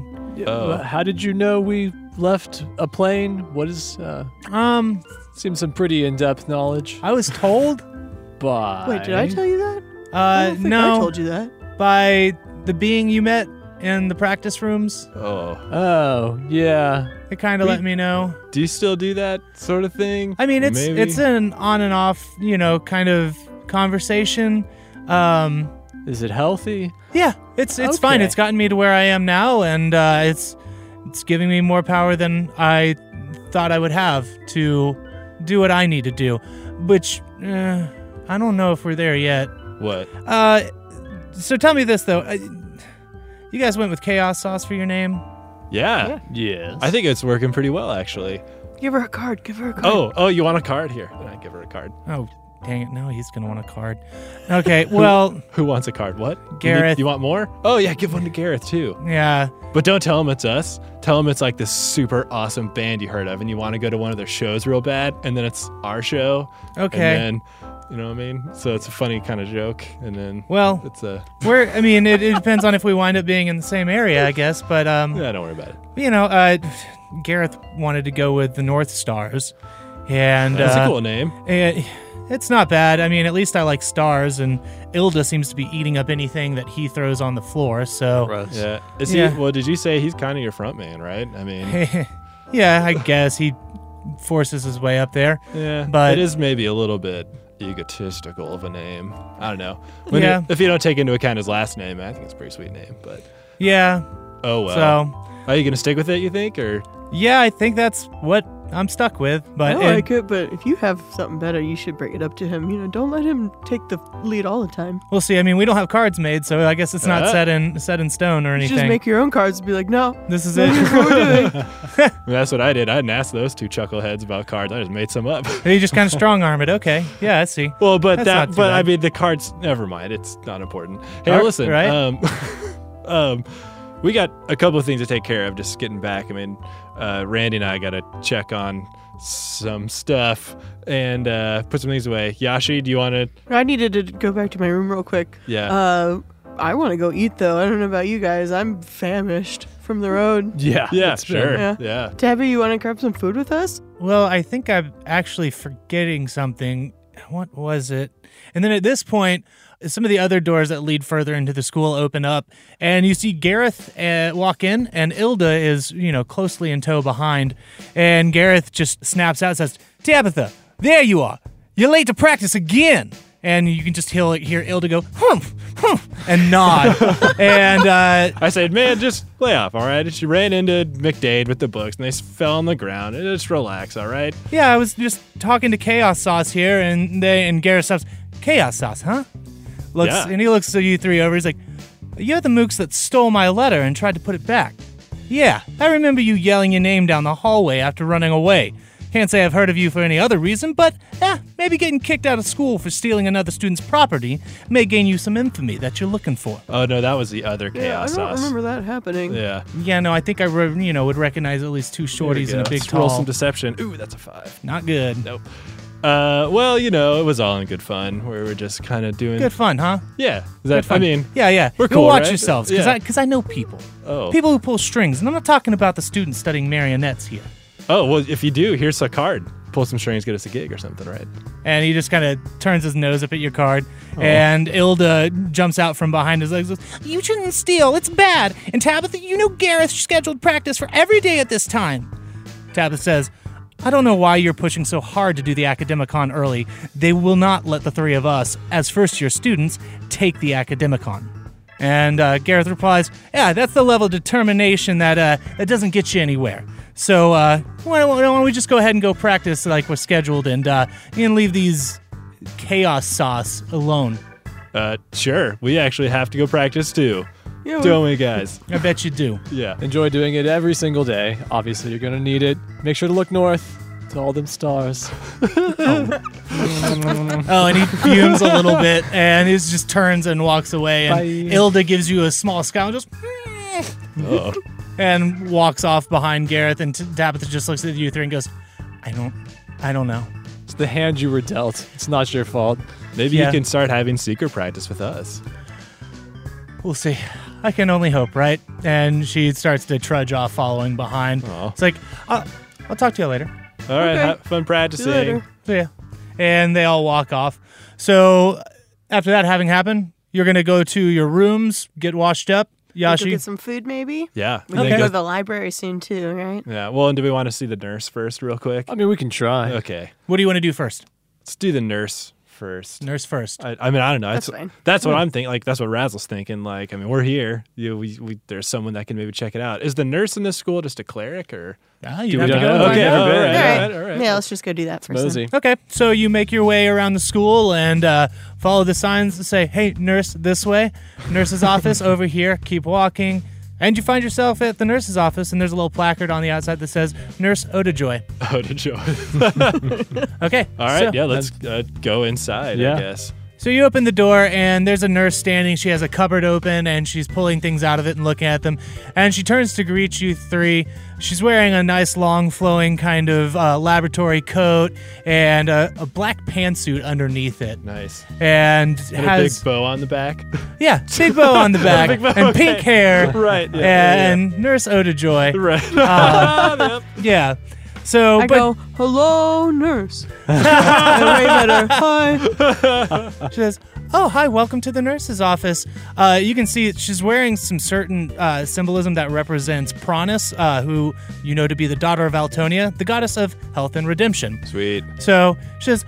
Speaker 2: Oh.
Speaker 3: Uh, How did you know we left a plane? What is? Uh,
Speaker 1: Um,
Speaker 3: seems some pretty in-depth knowledge.
Speaker 1: I was told.
Speaker 3: Bye.
Speaker 4: Wait, did I tell you that? I
Speaker 1: Uh,
Speaker 4: don't think
Speaker 1: no,
Speaker 4: I told you that.
Speaker 1: by the being you met in the practice rooms.
Speaker 2: Oh.
Speaker 3: Oh yeah.
Speaker 1: They kind of
Speaker 2: We-
Speaker 1: let me know.
Speaker 2: Do you still do that sort of thing?
Speaker 1: I mean, it's
Speaker 2: Maybe?
Speaker 1: it's an on and off, you know, kind of conversation. Um,
Speaker 3: Is it healthy?
Speaker 1: yeah, it's it's fine.
Speaker 3: Okay.
Speaker 1: It's gotten me to where I am now, and uh, it's it's giving me more power than I thought I would have to do what I need to do, which uh, I don't know if we're there yet.
Speaker 2: what?
Speaker 1: Uh, so tell me this though, uh, you guys went with chaos sauce for your name.
Speaker 2: Yeah.
Speaker 3: Yes.
Speaker 2: I think it's working pretty well, actually.
Speaker 4: Give her a card. Give her a card.
Speaker 2: Oh, oh, you want a card here? Then I give her a card.
Speaker 1: Oh, dang it! Now he's gonna want a card. Okay, well,
Speaker 2: Who wants a card? What? You need-
Speaker 1: Gareth.
Speaker 2: You, want more? Oh yeah, give one to Gareth too.
Speaker 1: yeah.
Speaker 2: But don't tell him it's us. Tell him it's like this super awesome band you heard of, and you want to go to one of their shows real bad, and then it's our show.
Speaker 1: Okay.
Speaker 2: And then, you know what I mean? So it's a funny kind of joke, and then
Speaker 1: Well,
Speaker 2: it's a
Speaker 1: We're, I mean, it, it depends on if we wind up being in the same area, I guess. But um,
Speaker 2: yeah. Don't worry about it.
Speaker 1: you know, uh, Gareth wanted to go with the North Stars, and
Speaker 2: That's
Speaker 1: uh,
Speaker 2: a cool name.
Speaker 1: it- it's not bad. I mean, at least I like stars, and Ilda seems to be eating up anything that he throws on the floor. So,
Speaker 2: Yeah. Is
Speaker 1: Yeah.
Speaker 2: he? Well, did you say he's kind of your front man, right? I mean,
Speaker 1: yeah, I guess he forces his way up there.
Speaker 2: yeah.
Speaker 1: But-
Speaker 2: it is maybe a little bit egotistical of a name. I don't know. When
Speaker 1: Yeah.
Speaker 2: You, if you don't take into account his last name, I think it's a pretty sweet name. But
Speaker 1: Yeah,
Speaker 2: oh well.
Speaker 1: so
Speaker 2: Are you gonna stick with it? You think, or
Speaker 1: yeah, I think that's what I'm stuck with.
Speaker 4: I
Speaker 1: But and-
Speaker 4: like it, but if you have something better, you should bring it up to him. You know, don't let him take the lead all the time.
Speaker 1: we'll see. I mean, we don't have cards made, so I guess it's not
Speaker 2: Uh.
Speaker 1: set in set in stone or
Speaker 4: You
Speaker 1: anything.
Speaker 4: should just make your own cards and be like, no,
Speaker 1: this is it.
Speaker 2: I mean, that's what I did. I didn't ask those two chuckleheads about cards. I just made some up.
Speaker 1: He just kind of strong arm it. Okay. Yeah, I see.
Speaker 2: well, but
Speaker 1: That's not
Speaker 2: that,
Speaker 1: too
Speaker 2: but I
Speaker 1: bad.
Speaker 2: mean, the cards. Never mind. It's not important. Hey,
Speaker 1: Ar-
Speaker 2: listen.
Speaker 1: right?
Speaker 2: Um, um, we got a couple of things to take care of. Just getting back. I mean, uh, Randy and I got to check on some stuff and uh, put some things away. Yashi, do you want to?
Speaker 4: I needed to go back to my room real quick.
Speaker 2: Yeah.
Speaker 4: Uh, I want to go eat though. I don't know about you guys. I'm famished from the road.
Speaker 3: Yeah.
Speaker 2: yeah,
Speaker 3: it's
Speaker 2: sure.
Speaker 3: been-
Speaker 4: yeah.
Speaker 2: Yeah.
Speaker 4: Tabby, you want to grab some food with us?
Speaker 1: Well, I think I'm actually forgetting something. What was it? And then at this point, some of the other doors that lead further into the school open up, and you see Gareth uh, walk in, and Ilda is, you know, closely in tow behind. And Gareth just snaps out and says, Tabitha, there you are. You're late to practice again. and you can just hear, hear Ilda go humph, humph, and nod, and uh,
Speaker 2: I said, man, just lay off, all right? And she ran into McDade with the books and they s- fell on the ground and just relax, all right?
Speaker 1: yeah, I was just talking to Chaos Sauce here, and they and Garrett stops. Chaos Sauce, huh? Looks
Speaker 2: Yeah.
Speaker 1: and he looks at you three over. He's like, "You're the mooks that stole my letter and tried to put it back." Yeah, I remember you yelling your name down the hallway after running away. Can't say I've heard of you for any other reason, but eh, maybe getting kicked out of school for stealing another student's property may gain you some infamy that you're looking for.
Speaker 2: Oh, no, that was the other
Speaker 4: Yeah, I
Speaker 2: chaos
Speaker 4: don't
Speaker 2: sauce.
Speaker 4: remember that happening.
Speaker 2: Yeah.
Speaker 1: Yeah, no, I think I re- you know would recognize at least two
Speaker 2: Here we
Speaker 1: shorties
Speaker 2: go.
Speaker 1: and a big
Speaker 2: Let's roll
Speaker 1: tall.
Speaker 2: some deception. Ooh, that's a five.
Speaker 1: Not good.
Speaker 2: Nope. Uh, well, you know, it was all in good fun. We were just kind of doing.
Speaker 1: Good fun, huh?
Speaker 2: Yeah. Is that, I mean,
Speaker 1: Yeah, yeah.
Speaker 2: We're
Speaker 1: You'll
Speaker 2: cool,
Speaker 1: watch
Speaker 2: right?
Speaker 1: yourselves, because
Speaker 2: Yeah.
Speaker 1: I because I know people,
Speaker 2: oh.
Speaker 1: people who pull strings, and I'm not talking about the students studying marionettes here.
Speaker 2: Oh, well, if you do, here's a card. Pull some strings, get us a gig or something, right?
Speaker 1: And he just kind of turns his nose up at your card,
Speaker 2: Oh.
Speaker 1: and Ilda jumps out from behind his legs. and Goes, you shouldn't steal. It's bad. And Tabitha, you know Gareth scheduled practice for every day at this time. Tabitha says. I don't know why you're pushing so hard to do the Academicon early. They will not let the three of us, as first year students, take the Academicon. And uh, Gareth replies, "Yeah, that's the level of determination that uh, that doesn't get you anywhere. So uh, why, don't, why don't we just go ahead and go practice like we're scheduled, and uh, and leave these chaos sauce alone?
Speaker 2: Uh, sure. We actually have to go practice too.
Speaker 4: Yeah, we-
Speaker 2: Don't we, guys?
Speaker 1: I bet you do.
Speaker 2: Yeah.
Speaker 3: Enjoy doing it every single day. Obviously, you're gonna need it. Make sure to look north to all them stars.
Speaker 1: Oh, and he fumes a little bit, and he just turns and walks away. And
Speaker 3: Bye.
Speaker 1: Ilda gives you a small scowl, and just
Speaker 2: Oh.
Speaker 1: and walks off behind Gareth, and T- Tabitha just looks at you three and goes, "I don't, I don't know."
Speaker 3: It's the hand you were dealt. It's not your fault.
Speaker 2: Maybe
Speaker 1: Yeah.
Speaker 2: you can start having secret practice with us.
Speaker 1: We'll see. I can only hope, right? And she starts to trudge off, following behind.
Speaker 2: Aw.
Speaker 1: It's like, I'll, I'll talk to you later.
Speaker 2: All right.
Speaker 4: Okay.
Speaker 2: Have fun
Speaker 4: See
Speaker 2: practicing.
Speaker 4: you later.
Speaker 1: So, yeah. And they all walk off. So, after that having happened, you're going to go to your rooms, get washed up.
Speaker 4: We could
Speaker 1: Yashi.
Speaker 4: get some food maybe.
Speaker 2: Yeah.
Speaker 4: We
Speaker 2: and then
Speaker 4: can go to
Speaker 2: go-
Speaker 4: the library soon too, right?
Speaker 2: yeah. Well, and do we want to see the nurse first, real quick?
Speaker 1: Uh,
Speaker 3: I mean, we can try.
Speaker 2: Okay.
Speaker 1: what do you want to do first?
Speaker 2: Let's do the nurse first.
Speaker 1: Nurse first.
Speaker 2: I, I mean, I don't know.
Speaker 4: That's
Speaker 2: That's-
Speaker 4: fine.
Speaker 2: That's what I'm thinking. Like, that's what Razzle's thinking. Like, I mean, we're here. You, we, we, there's someone that can maybe check it out. Is the nurse in this school just a cleric or?
Speaker 1: Ah, you
Speaker 3: we
Speaker 1: have to
Speaker 3: don't
Speaker 1: go.
Speaker 3: know?
Speaker 1: and find
Speaker 2: Okay,
Speaker 1: out.
Speaker 2: all
Speaker 3: Never
Speaker 2: right, all
Speaker 3: been.
Speaker 4: All
Speaker 2: right,
Speaker 4: right.
Speaker 2: all right.
Speaker 4: Yeah, let's just go do that first. then.
Speaker 3: Mosey.
Speaker 1: Okay, so you make your way around the school and uh, follow the signs that say, hey, nurse, this way, nurse's office over here, keep walking. And you find yourself at the nurse's office, and there's a little placard on the outside that says, Nurse Odajoy.
Speaker 2: Oh, did you?
Speaker 1: Okay.
Speaker 2: All right.
Speaker 1: So,
Speaker 2: yeah. Let's uh, go inside.
Speaker 3: Yeah.
Speaker 2: I guess.
Speaker 1: so you open the door, and there's a nurse standing. She has a cupboard open, and she's pulling things out of it and looking at them. And she turns to greet you three. She's wearing a nice, long, flowing kind of uh, laboratory coat and a, a black pantsuit underneath it.
Speaker 2: Nice.
Speaker 1: And,
Speaker 2: And a
Speaker 1: has
Speaker 2: big bow on the back.
Speaker 1: Yeah, big bow on the back
Speaker 2: Big bow,
Speaker 1: and
Speaker 2: okay.
Speaker 1: pink hair.
Speaker 2: Right, yeah, yeah,
Speaker 1: and Nurse Oda Joy.
Speaker 2: right. Yep.
Speaker 1: Yeah. So,
Speaker 4: I
Speaker 1: but
Speaker 4: go, hello, nurse. I wave at her. Hi.
Speaker 1: she says, "Oh, hi, welcome to the nurse's office." Uh, you can see she's wearing some certain uh, symbolism that represents Pronis, uh, who you know to be the daughter of Altonia, the goddess of health and redemption.
Speaker 2: Sweet.
Speaker 1: So she says,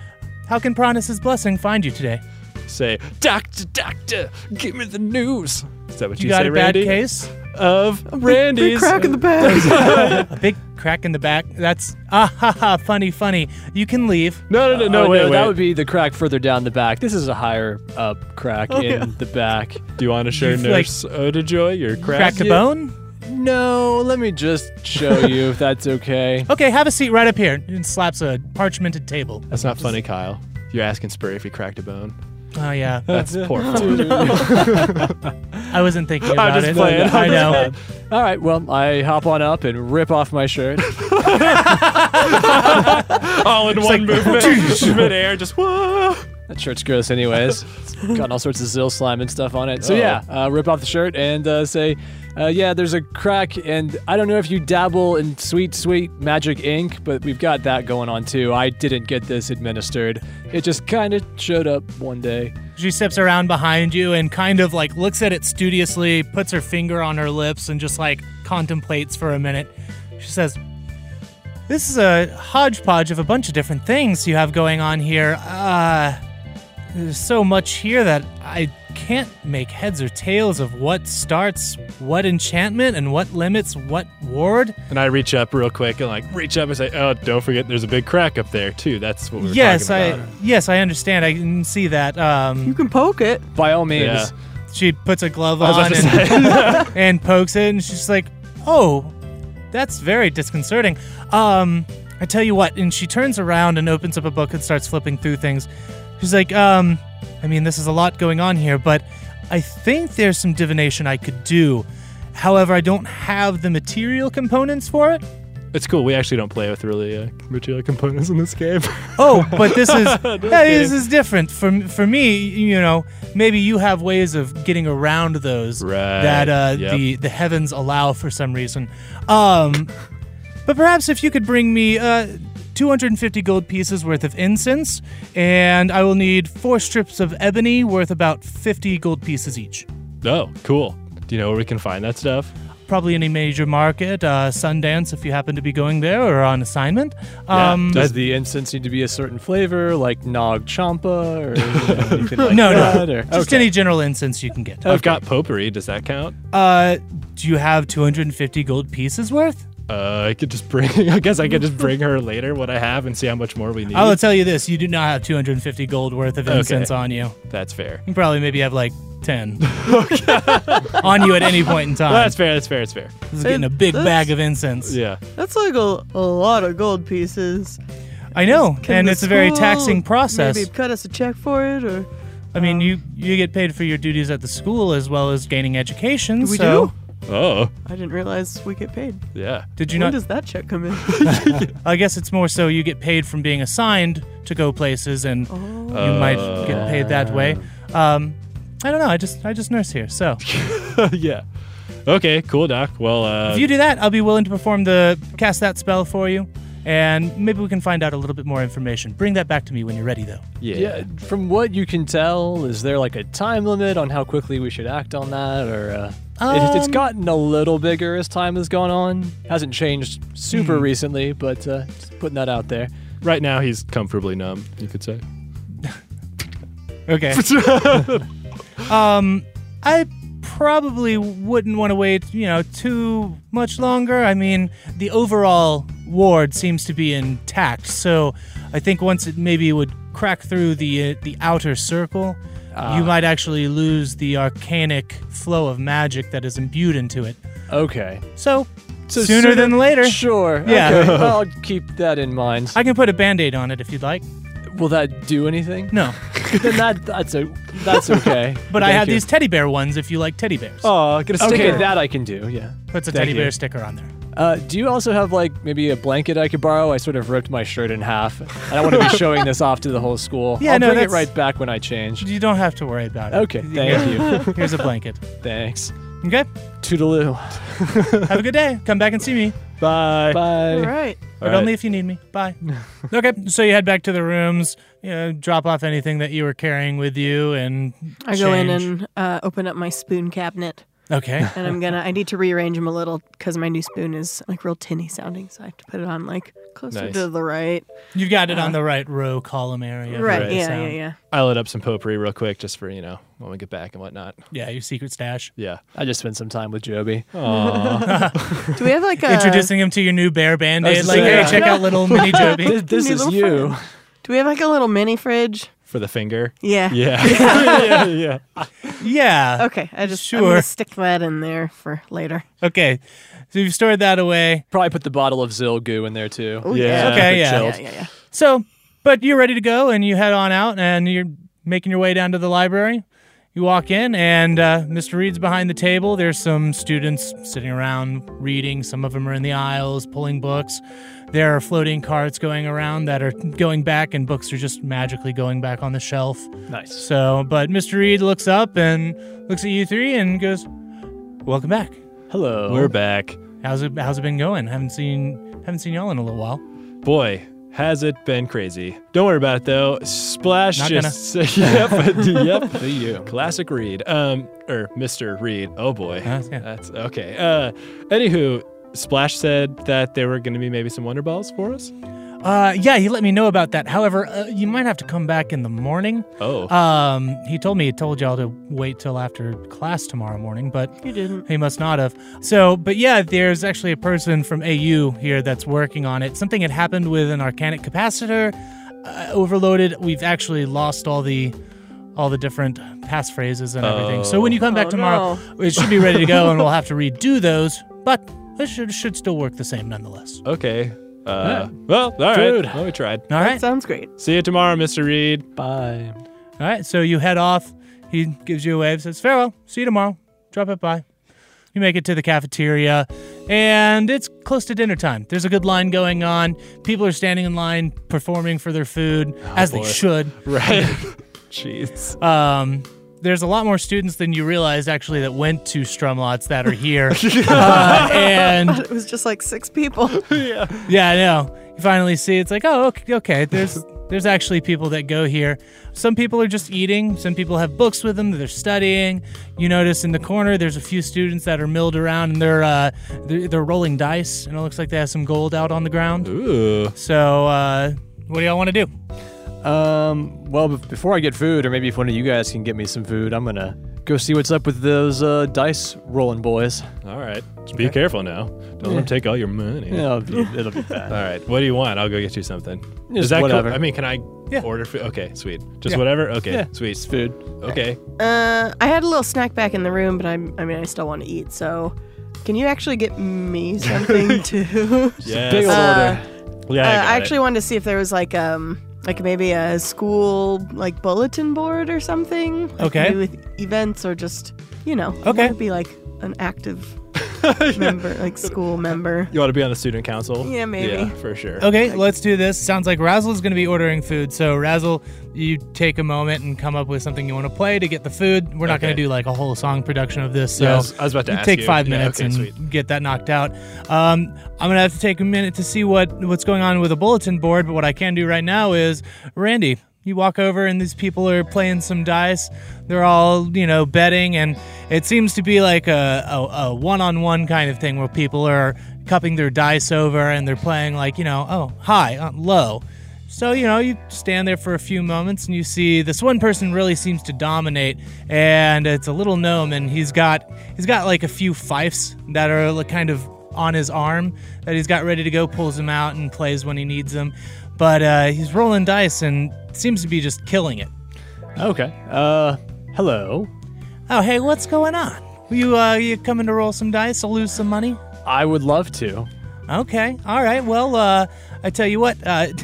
Speaker 1: "How can Pronis's blessing find you today?
Speaker 2: Say, doctor, doctor, give me the news. Is that what you,
Speaker 1: You got
Speaker 2: say,
Speaker 1: a bad
Speaker 2: Randy?
Speaker 1: case,
Speaker 2: Of Randy's.
Speaker 4: Big crack in the back.
Speaker 1: a big crack in the back. That's ah ha ha, funny, funny. You can leave."
Speaker 2: no, no, no, no,
Speaker 3: Oh,
Speaker 2: wait, wait.
Speaker 3: that would be the crack further down the back. This is a higher up crack
Speaker 2: Oh,
Speaker 3: in the back.
Speaker 2: Do you want to share
Speaker 1: You feel like-
Speaker 2: Nurse Odajoy your crack?
Speaker 1: Crack a
Speaker 3: Yeah.
Speaker 1: bone?
Speaker 3: No, let me just show you if that's okay.
Speaker 1: Okay, have a seat right up here. And slaps a parchmented table.
Speaker 2: That's not funny, Kyle. You're asking Spurry if he cracked a bone.
Speaker 1: Oh yeah,
Speaker 2: That's poor. form.
Speaker 1: I wasn't thinking about
Speaker 2: just
Speaker 1: it.
Speaker 2: playing.
Speaker 1: I know.
Speaker 3: All right, well, I hop on up and rip off my shirt.
Speaker 2: All in one movement, midair, just whoa.
Speaker 3: That shirt's gross, anyways. It's got all sorts of zill slime and stuff on it. So
Speaker 2: Oh.
Speaker 3: yeah, uh, rip off the shirt and uh, say, uh, "Yeah, there's a crack." And I don't know if you dabble in sweet, sweet magic ink, but we've got that going on too. I didn't get this administered. It just kind of showed up one day.
Speaker 1: She steps around behind you and kind of like looks at it studiously, puts her finger on her lips, and just like contemplates for a minute. She says, "This is a hodgepodge of a bunch of different things you have going on here. Uh, There's so much here that I can't make heads or tails of what starts what enchantment and what limits what ward.
Speaker 2: And I reach up real quick and like reach up and say, "Oh, don't forget, there's a big crack up there too." That's what we were
Speaker 1: yes,
Speaker 2: talking
Speaker 1: I
Speaker 2: about.
Speaker 1: yes, I understand. I can see that.
Speaker 4: You
Speaker 1: Um,
Speaker 4: can poke it.
Speaker 3: By all means.
Speaker 2: Yeah.
Speaker 1: she puts a glove
Speaker 2: I was
Speaker 1: on
Speaker 2: about to
Speaker 1: and,
Speaker 2: say,
Speaker 1: and pokes it, and she's like, "Oh, that's very disconcerting." Um, I tell you what, and she turns around and opens up a book and starts flipping through things. She's like, um, I mean, this is a lot going on here, but I think there's some divination I could do. However, I don't have the material components for it.
Speaker 2: it's cool. We actually don't play with really uh, material components in this game.
Speaker 1: Oh, but this is yeah, this
Speaker 2: kidding.
Speaker 1: is different for for me. You know, maybe you have ways of getting around those
Speaker 2: Right,
Speaker 1: that uh,
Speaker 2: yep.
Speaker 1: the the heavens allow for some reason. Um, but perhaps if you could bring me uh, 250 gold pieces worth of incense, and I will need four strips of ebony worth about 50 gold pieces each.
Speaker 2: oh, cool. Do you know where we can find that stuff?
Speaker 1: Probably in a major market, uh, Sundance, if you happen to be going there or on assignment.
Speaker 2: Yeah.
Speaker 1: Um,
Speaker 3: Does the incense need to be a certain flavor, like Nog Champa or anything like
Speaker 1: no,
Speaker 3: that?
Speaker 1: no,
Speaker 3: Or,
Speaker 1: just
Speaker 3: okay.
Speaker 1: any general incense you can get.
Speaker 2: I've got potpourri. Does that count?
Speaker 1: Uh, do you have 250 gold pieces worth?
Speaker 2: Uh, I could just bring. I guess I could just bring her later what I have and see how much more we need.
Speaker 1: I will tell you this: you do not have 250 gold worth of incense on you.
Speaker 2: that's fair.
Speaker 1: You probably maybe have like 10 on you at any point in time.
Speaker 2: Well, that's fair. That's fair. That's fair.
Speaker 1: this is getting a big
Speaker 4: That's-
Speaker 1: bag of incense.
Speaker 2: Yeah.
Speaker 4: That's like a, a lot of gold pieces.
Speaker 1: I know,
Speaker 4: Can
Speaker 1: and
Speaker 4: the
Speaker 1: it's a very
Speaker 4: school
Speaker 1: taxing process.
Speaker 4: Maybe um, cut us a check for it, or
Speaker 1: I mean, you you get paid for your duties at the school as well as gaining education.
Speaker 4: we
Speaker 1: so
Speaker 4: do.
Speaker 2: Oh,
Speaker 4: I didn't realize we get paid.
Speaker 2: yeah.
Speaker 1: did you
Speaker 4: when
Speaker 1: not?
Speaker 4: does that check come in?
Speaker 1: I guess it's more so you get paid from being assigned to go places, and you might get paid that way.
Speaker 4: Oh.
Speaker 1: Um, I don't know. I just I just nurse here, so.
Speaker 2: yeah. Okay. Cool, Doc. Well, uh,
Speaker 1: If you do that, I'll be willing to perform the cast that spell for you, and maybe we can find out a little bit more information. Bring that back to me when you're ready, though.
Speaker 2: yeah.
Speaker 3: Yeah, from what you can tell, is there like a time limit on how quickly we should act on that, or uh, it, it's
Speaker 1: Um,
Speaker 3: gotten a little bigger as time has gone on? Hasn't changed super
Speaker 1: hmm.
Speaker 3: recently, but uh, just putting that out there.
Speaker 2: Right now, he's comfortably numb. You could say.
Speaker 1: Okay. um, I probably wouldn't want to wait, you know, too much longer. I mean, the overall ward seems to be intact, so I think once it maybe would crack through the uh, the outer circle, you might actually lose the arcanic flow of magic that is imbued into it.
Speaker 3: Okay.
Speaker 1: So,
Speaker 3: So
Speaker 1: sooner, than later.
Speaker 3: Sure.
Speaker 1: Yeah.
Speaker 3: Okay. well, I'll keep that in mind.
Speaker 1: I can put a band aid on it if you'd like.
Speaker 3: Will that do anything?
Speaker 1: No.
Speaker 3: then that that's a that's okay.
Speaker 1: But I
Speaker 3: Thank
Speaker 1: have
Speaker 3: you.
Speaker 1: these teddy bear ones if you like teddy bears.
Speaker 3: Oh, get a sticker.
Speaker 2: sticker.
Speaker 3: Okay, that I can do. Yeah.
Speaker 1: Puts a
Speaker 3: thank
Speaker 1: teddy
Speaker 3: you.
Speaker 1: bear sticker on there.
Speaker 3: Uh, do you also have like maybe a blanket I could borrow? I sort of ripped my shirt in half, and I want to be showing this off to the whole school.
Speaker 1: Yeah,
Speaker 3: I'll
Speaker 1: no,
Speaker 3: bring it
Speaker 1: that's-
Speaker 3: right back when I change.
Speaker 1: You don't have to worry about it.
Speaker 3: Okay, thank
Speaker 1: you. Here's a blanket.
Speaker 3: Thanks.
Speaker 1: Okay?
Speaker 3: Toodaloo.
Speaker 1: Have a good day. Come back and see me.
Speaker 2: Bye.
Speaker 3: Bye.
Speaker 4: All right.
Speaker 1: But
Speaker 2: All right.
Speaker 1: only if you need me. Bye. okay, so you head back to the rooms, you know, drop off anything that you were carrying with you, and
Speaker 4: I go in
Speaker 1: change.
Speaker 4: and uh, open up my spoon cabinet,
Speaker 1: Okay.
Speaker 4: and I'm gonna. I need to rearrange them a little because my new spoon is like real tinny sounding, so I have to put it on like closer
Speaker 2: Nice.
Speaker 4: to the right.
Speaker 1: You've got it on the right row column area.
Speaker 4: Uh-huh. Right.
Speaker 1: for the
Speaker 4: Yeah,
Speaker 1: sound.
Speaker 4: yeah. Yeah.
Speaker 2: I lit up some potpourri real quick just for you know when we get back and whatnot.
Speaker 1: Yeah, your secret stash.
Speaker 2: Yeah.
Speaker 3: I just spent some time with Joby.
Speaker 4: Do we have like a
Speaker 1: Introducing him to your new bear band
Speaker 3: was
Speaker 1: aid.
Speaker 3: just
Speaker 1: Like,
Speaker 3: saying,
Speaker 1: hey,
Speaker 3: yeah.
Speaker 1: check out little mini Joby.
Speaker 3: This, this
Speaker 4: New
Speaker 3: is
Speaker 4: little
Speaker 3: you.
Speaker 4: Do we have like a little mini fridge?
Speaker 2: For the finger.
Speaker 4: Yeah.
Speaker 2: Yeah. yeah. Yeah.
Speaker 1: yeah.
Speaker 4: Okay. I just I'm gonna
Speaker 1: Sure.
Speaker 4: stick that in there for later.
Speaker 1: Okay. So you've stored that away.
Speaker 3: Probably put the bottle of Zil goo in there too.
Speaker 4: Oh,
Speaker 2: Yeah.
Speaker 4: yeah.
Speaker 1: Okay,
Speaker 2: but
Speaker 1: yeah.
Speaker 2: chilled.
Speaker 4: Yeah. Yeah. Yeah.
Speaker 1: So, but you're ready to go and you head on out and you're making your way down to the library. You walk in and uh, Mr. Reed's behind the table. There's some students sitting around reading. Some of them are in the aisles pulling books. There are floating carts going around that are going back, and books are just magically going back on the shelf.
Speaker 3: Nice.
Speaker 1: So, but Mr. Reed looks up and looks at you three and goes, "Welcome back.
Speaker 3: Hello.
Speaker 2: We're back.
Speaker 1: How's it? How's it been going? Haven't seen haven't seen y'all in a little while."
Speaker 2: Boy, has it been crazy. Don't worry about it though. Splash
Speaker 1: Not
Speaker 2: just yep, yep.
Speaker 3: Who you?
Speaker 2: Classic Reed. Um or Mr. Reed. Oh boy.
Speaker 1: Huh? Yeah.
Speaker 2: That's okay. Uh anywho, Splash said that there were gonna be maybe some wonder balls for us.
Speaker 1: Uh, yeah, he let me know about that. However, uh, you might have to come back in the morning.
Speaker 2: Oh.
Speaker 1: Um, he told me he told y'all to wait till after class tomorrow morning, but
Speaker 4: You didn't.
Speaker 1: he must not have. So, but yeah, there's actually a person from AU here that's working on it. Something had happened with an arcanic capacitor uh, overloaded. We've actually lost all the all the different passphrases and everything. So when you come back
Speaker 4: Oh,
Speaker 1: tomorrow, it should be ready to go, and we'll have to redo those. But it should should still work the same nonetheless.
Speaker 2: okay. Uh, Well, all right.
Speaker 3: Food.
Speaker 2: Well, we tried.
Speaker 1: All right,
Speaker 4: Sounds great.
Speaker 2: See you tomorrow, Mr. Reed.
Speaker 3: Bye.
Speaker 1: all right. So you head off. He gives you a wave, says farewell, see you tomorrow. Drop it by. You make it to the cafeteria, and it's close to dinner time. There's a good line going on. People are standing in line, performing for their food, as
Speaker 2: boy.
Speaker 1: they should.
Speaker 2: Right. Jeez.
Speaker 1: Um, there's a lot more students than you realize actually that went to Strumlots that are here. uh, and
Speaker 4: It was just like six people.
Speaker 1: yeah, I know. You finally see it's like, oh, okay, okay. There's there's actually people that go here. Some people are just eating. Some people have books with them. that They're studying. You notice in the corner there's a few students that are milled around and they're uh, they're, they're rolling dice and it looks like they have some gold out on the ground.
Speaker 2: Ooh.
Speaker 1: So uh, what do y'all want to do?
Speaker 3: Um, well, bef- before I get food, or maybe if one of you guys can get me some food, I'm gonna go see what's up with those uh, dice rolling boys.
Speaker 2: All right. Just be careful now. Don't let him take all your money.
Speaker 3: Yeah, it'll be, it'll be
Speaker 2: All
Speaker 3: bad.
Speaker 2: right. What do you want? I'll go get you something.
Speaker 3: Just
Speaker 2: Is that
Speaker 3: whatever.
Speaker 2: Cool? I mean, can I
Speaker 1: Yeah.
Speaker 2: order food? Okay, sweet. Just
Speaker 1: Yeah.
Speaker 2: whatever. Okay,
Speaker 3: Yeah.
Speaker 2: sweet.
Speaker 3: It's food.
Speaker 2: Okay.
Speaker 4: Uh, I had a little snack back in the room, but I'm, I mean, I still want to eat. So, can you actually get me something too?
Speaker 2: Yes.
Speaker 3: Big old
Speaker 4: Uh,
Speaker 3: order.
Speaker 2: yeah.
Speaker 4: Uh,
Speaker 2: I, got
Speaker 4: I
Speaker 2: it.
Speaker 4: actually wanted to see if there was like um like maybe a school like bulletin board or something. Like,
Speaker 1: Okay.
Speaker 4: maybe with events or just you know. I
Speaker 1: Okay.
Speaker 4: wanna Be like an active member, like school member.
Speaker 2: You ought to be on the student council.
Speaker 4: Yeah, maybe.
Speaker 2: Yeah, for sure.
Speaker 1: Okay, let's do this. Sounds like Razzle is going to be ordering food. So, Razzle, you take a moment and come up with something you want to play to get the food. We're not going
Speaker 2: Okay.
Speaker 1: to do like a whole song production of this. So,
Speaker 2: Yeah, I was- I was about to ask
Speaker 1: take
Speaker 2: you.
Speaker 1: five
Speaker 2: Yeah,
Speaker 1: minutes
Speaker 2: okay,
Speaker 1: and
Speaker 2: sweet.
Speaker 1: get that knocked out. Um, I'm going to have to take a minute to see what what's going on with a bulletin board. But what I can do right now is, Randy, you walk over and these people are playing some dice. They're all you know betting, and it seems to be like a a, a one-on-one kind of thing where people are cupping their dice over and they're playing like you know oh high uh, low so, you know, you stand there for a few moments and you see this one person really seems to dominate and it's a little gnome and he's got he's got like a few fifes that are like kind of on his arm that he's got ready to go, pulls them out and plays when he needs them. But uh, he's rolling dice and seems to be just killing it.
Speaker 3: Okay. Uh, hello.
Speaker 1: Oh, hey, what's going on? You uh, you coming to roll some dice? I'll lose some money.
Speaker 3: I would love to.
Speaker 1: Okay. All right. Well, uh, I tell you what, uh,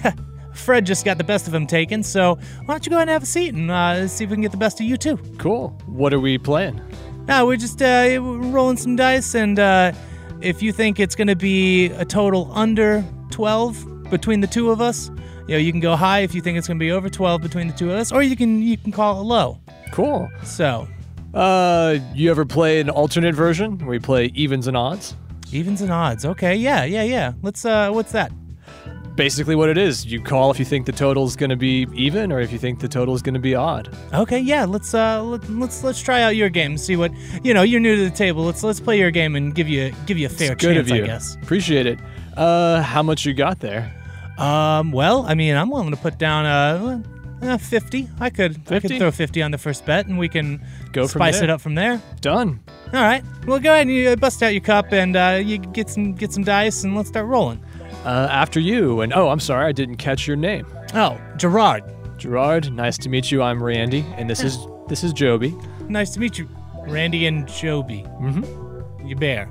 Speaker 1: Fred just got the best of him taken, so why don't you go ahead and have a seat and uh, see if we can get the best of you too.
Speaker 3: Cool. What are we playing?
Speaker 1: No, we're just uh, rolling some dice, and uh, if you think it's going to be a total under 12 between the two of us, you know, you can go high if you think it's going to be over 12 between the two of us, or you can you can call it low.
Speaker 3: Cool.
Speaker 1: So
Speaker 3: Uh, you ever play an alternate version? We play evens and odds.
Speaker 1: evens and odds. Okay. Yeah. Yeah. Yeah. Let's. Uh, what's that?
Speaker 3: Basically, what it is, you call if you think the total's gonna be even or if you think the total's gonna be odd.
Speaker 1: Okay, yeah, let's uh let, let's let's try out your game and see what you know. You're new to the table. Let's let's play your game and give you give you a fair
Speaker 3: It's good
Speaker 1: chance,
Speaker 3: of you.
Speaker 1: I guess.
Speaker 3: Appreciate it. Uh, how much you got there?
Speaker 1: Um, well, I mean, I'm willing to put down uh, uh, fifty. I could I
Speaker 3: 50?
Speaker 1: could throw fifty on the first bet, and we can
Speaker 3: Go from
Speaker 1: spice it
Speaker 3: there.
Speaker 1: up from there.
Speaker 3: Done.
Speaker 1: All right, well, go ahead and you uh, bust out your cup and uh, you get some get some dice and let's start rolling.
Speaker 3: Uh, after you, and oh, I'm sorry, I didn't catch your name.
Speaker 1: Oh, Gerard,
Speaker 3: Gerard, nice to meet you. I'm Randy, and this is this is Joby.
Speaker 1: nice to meet you, Randy and Joby. Mm-hmm. You bear.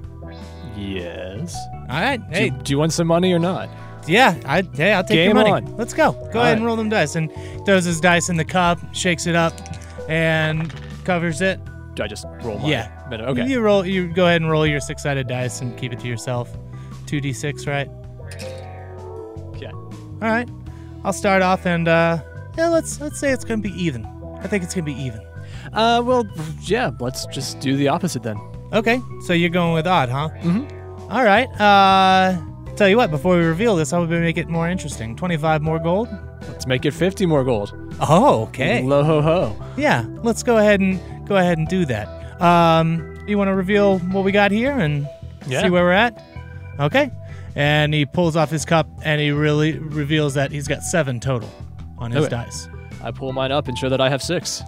Speaker 3: Yes.
Speaker 1: All right,
Speaker 3: Do
Speaker 1: hey,
Speaker 3: you, do you want some money or not?
Speaker 1: Yeah, I hey, I'll take your
Speaker 3: Game
Speaker 1: money.
Speaker 3: on.
Speaker 1: Let's go. Go ahead and
Speaker 3: right.
Speaker 1: roll them dice. And throws his dice in the cup, shakes it up, and covers it.
Speaker 3: Do I just roll my
Speaker 1: Yeah.
Speaker 3: Better- Okay.
Speaker 1: You roll. You go ahead and roll your six-sided dice and keep it to yourself. Two d six, right?
Speaker 3: Okay.
Speaker 1: All right. I'll start off and uh, yeah, let's let's say it's gonna be even. I think it's gonna be even.
Speaker 3: Uh, well, yeah. Let's just do the opposite then.
Speaker 1: Okay, so you're going with odd, huh? Mm-hmm. All right. Uh, tell you what. Before we reveal this, I would make it more interesting. Twenty-five more gold.
Speaker 3: Let's make it 50 more gold.
Speaker 1: Oh, okay.
Speaker 3: Lo ho ho.
Speaker 1: Yeah, let's go ahead and go ahead and do that. Um, you want to reveal what we got here and
Speaker 3: Yeah.
Speaker 1: see where we're at? Okay. and he pulls off his cup and he really reveals that he's got seven total on his
Speaker 3: Okay.
Speaker 1: dice.
Speaker 3: I pull mine up and show that I have six.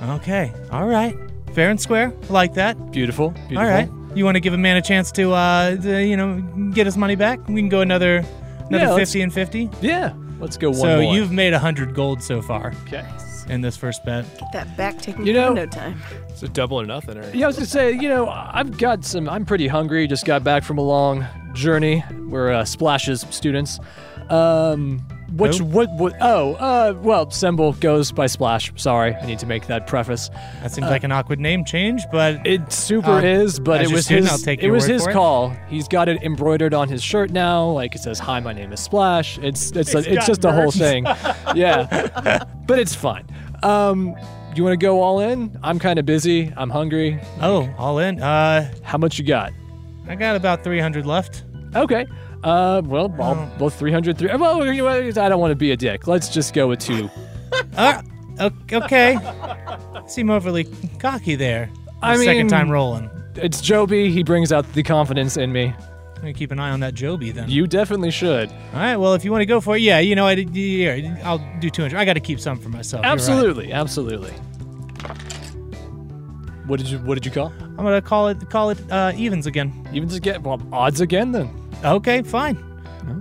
Speaker 1: Okay, all right, fair and square, I like that.
Speaker 3: Beautiful. Beautiful.
Speaker 1: All right, you want to give a man a chance to, uh, to, you know, get his money back? We can go another, another
Speaker 3: Yeah, let's-
Speaker 1: fifty and fifty.
Speaker 3: Yeah. Let's go one
Speaker 1: So
Speaker 3: more.
Speaker 1: you've made a hundred gold so far
Speaker 3: okay.
Speaker 1: in this first bet.
Speaker 4: Get that back taken
Speaker 3: You
Speaker 4: care of
Speaker 3: know-
Speaker 4: in no time.
Speaker 2: It's a double or nothing. Or
Speaker 3: Yeah, I was gonna say, you know, I've got some. I'm pretty hungry. Just got back from a long journey. We're uh, splashes students. Um, which
Speaker 1: Who?
Speaker 3: what what? Oh, uh, well, Symbol goes by Splash. Sorry, I need to make that preface.
Speaker 1: That seems like an awkward name change, but
Speaker 3: Uh, It super
Speaker 1: Um,
Speaker 3: is, but
Speaker 1: as
Speaker 3: it
Speaker 1: your
Speaker 3: was
Speaker 1: student,
Speaker 3: his.
Speaker 1: I'll take
Speaker 3: it
Speaker 1: your
Speaker 3: was
Speaker 1: word
Speaker 3: his
Speaker 1: for it.
Speaker 3: call. He's got it embroidered on his shirt now. Like it says, "Hi, my name is Splash." It's it's a, it's
Speaker 2: got
Speaker 3: just a whole
Speaker 2: merch.
Speaker 3: thing. yeah, but it's fine. Um, you want to go all in? I'm kind of busy. I'm hungry.
Speaker 1: oh, all in. Uh,
Speaker 3: How much you got?
Speaker 1: I got about three hundred left.
Speaker 3: Okay. Uh, well,
Speaker 1: Mm.
Speaker 3: I'll, well, 300, three- Well, you know what, I don't want to be a dick. Let's just go with two.
Speaker 1: Ah, o- okay. Seem overly cocky there.
Speaker 3: I
Speaker 1: The
Speaker 3: mean-
Speaker 1: second time rolling.
Speaker 3: it's Joby. He brings out the confidence in me.
Speaker 1: I'm gonna keep an eye on that Joby then.
Speaker 3: You definitely should.
Speaker 1: All right. Well, if you want to go for it, yeah. You know, I, yeah, I'll do 200. I got to keep some for myself. you're right.
Speaker 3: Absolutely, absolutely. What did you What did you call?
Speaker 1: I'm gonna call it call it uh, evens again.
Speaker 3: Even just get well, odds again then.
Speaker 1: Okay, fine.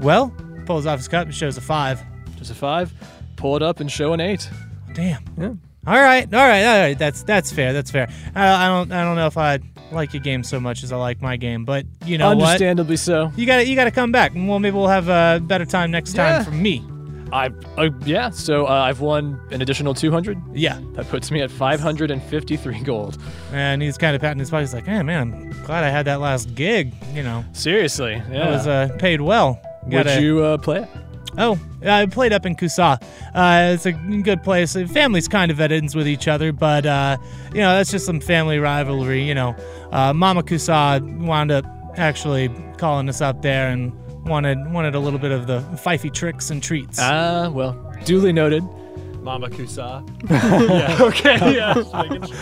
Speaker 1: Well, pulls off his cup and shows a five.
Speaker 3: Just a five. Pull it up and show an eight.
Speaker 1: Damn.
Speaker 3: Yeah.
Speaker 1: All right, all right, all right. That's that's fair. That's fair. I, I don't I don't know if I like your game so much as I like my game, but you know what?
Speaker 3: Understandably so.
Speaker 1: You got to you got to come back. Well, maybe we'll have a better time next
Speaker 3: Yeah.
Speaker 1: time from me.
Speaker 3: I uh, yeah. So uh, I've won an additional two hundred.
Speaker 1: Yeah.
Speaker 3: That puts me at five hundred and fifty three gold.
Speaker 1: And he's kind of patting his pocket. He's like, "Hey, man, I'm glad I had that last gig. You know,
Speaker 3: Seriously, yeah.
Speaker 1: that was uh, paid well."
Speaker 3: Would
Speaker 1: Gotta-
Speaker 3: you uh, play it?
Speaker 1: Oh, I played up in Kusa. Uh, it's a good place. The Families kind of at ends with each other, but uh, you know that's just some family rivalry. You know, uh, Mama Kusa wound up actually calling us up there and wanted wanted a little bit of the fifey tricks and treats.
Speaker 3: Ah, well, duly noted.
Speaker 2: Mama Kusa. yeah.
Speaker 4: Oh.
Speaker 2: Okay. Yeah. Just making sure.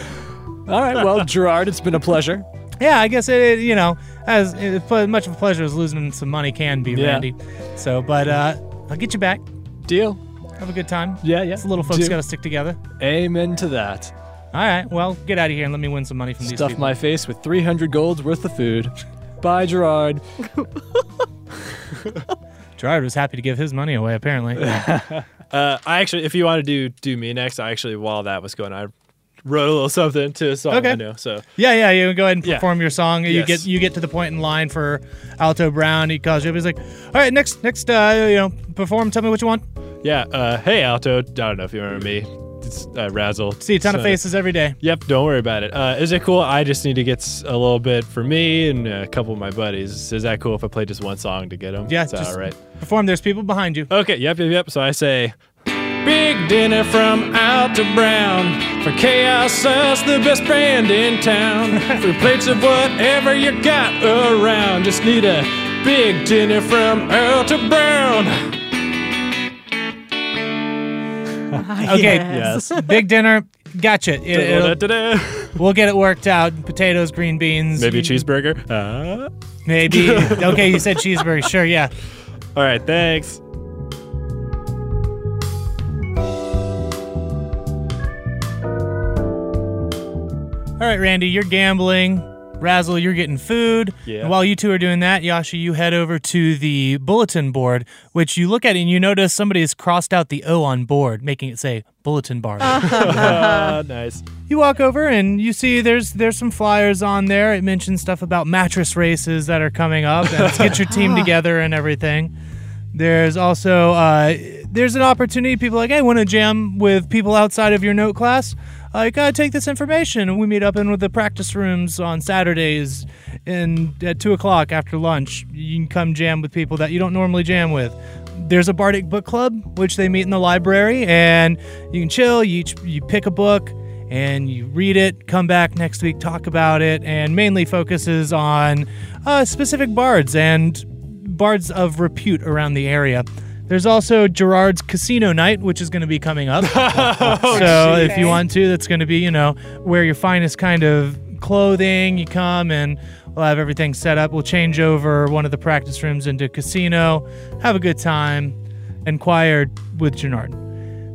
Speaker 3: All right, well, Gerard, it's been a pleasure.
Speaker 1: yeah, I guess it, it you know as it, pl- much of a pleasure as losing some money can be,
Speaker 3: Yeah.
Speaker 1: Randy. So, but uh, I'll get you back.
Speaker 3: Deal?
Speaker 1: Have a good time.
Speaker 3: Yeah, yeah.
Speaker 1: Us little folks
Speaker 3: Do-
Speaker 1: got to stick together.
Speaker 3: Amen to that.
Speaker 1: All right, well, get out of here and let me win some money from these
Speaker 3: Stuff
Speaker 1: people.
Speaker 3: my face with 300 golds worth of food. Bye, Gerard.
Speaker 1: Gerard was happy to give his money away, apparently.
Speaker 2: Uh, I actually, if you want to do do me next, I actually while that was going, on, I wrote a little something to a song I
Speaker 1: Okay.
Speaker 2: know. So
Speaker 1: Yeah, yeah. You go ahead and
Speaker 2: Yeah.
Speaker 1: perform your song. You
Speaker 2: Yes.
Speaker 1: get you get to the point in line for Alto Brown. He calls you up. He's like, "All right, next, next, uh, you know, perform. Tell me what you want.
Speaker 2: yeah, uh, hey Alto, I don't know if you remember me. It's uh, Razzle.
Speaker 1: See a ton of
Speaker 2: So-
Speaker 1: faces every day.
Speaker 2: Yep, don't worry about it. Uh, is it cool? I just need to get s- a little bit for me and a couple of my buddies. Is that cool if I play just one song to get them?
Speaker 1: Yeah,
Speaker 2: it's
Speaker 1: just
Speaker 2: all right.
Speaker 1: Perform. There's people behind you.
Speaker 2: Okay, yep, yep, yep. So I say, Big dinner from Alta Brown. For Chaos Us, the best brand in town. Three plates of whatever you got around. Just need a big dinner from Alta Brown.
Speaker 1: Okay.
Speaker 4: Yes.
Speaker 1: Big dinner. Gotcha. It, it'll-
Speaker 2: Da-da-da-da.
Speaker 1: we'll get it worked out. Potatoes, green beans.
Speaker 2: Maybe a cheeseburger. Uh,
Speaker 1: Maybe. okay, you said cheeseburger. Sure. Yeah.
Speaker 2: all right, thanks.
Speaker 1: All right, Randy, you're gambling. Razzle, you're getting food.
Speaker 2: Yeah.
Speaker 1: And while you two are doing that, Yashi, you head over to the bulletin board, which you look at and you notice somebody has crossed out the O on board, making it say bulletin bar.
Speaker 2: Uh, nice.
Speaker 1: You walk over and you see there's there's some flyers on there. It mentions stuff about mattress races that are coming up. And it's get your team together and everything. There's also uh, there's an opportunity. People are like, hey, want to jam with people outside of your note class? Like, uh, take this information. And we meet up in with the practice rooms on Saturdays, and at two o'clock after lunch, you can come jam with people that you don't normally jam with there's a bardic book club which they meet in the library and you can chill you each you pick a book and you read it come back next week talk about it and mainly focuses on uh, specific bards and bards of repute around the area there's also Gerard's Casino Night, which is going to be coming up. so if you want to, that's going to be, you know, where your finest kind of clothing. You come and we'll have everything set up. We'll change over one of the practice rooms into casino. Have a good time. Inquired with Gennard.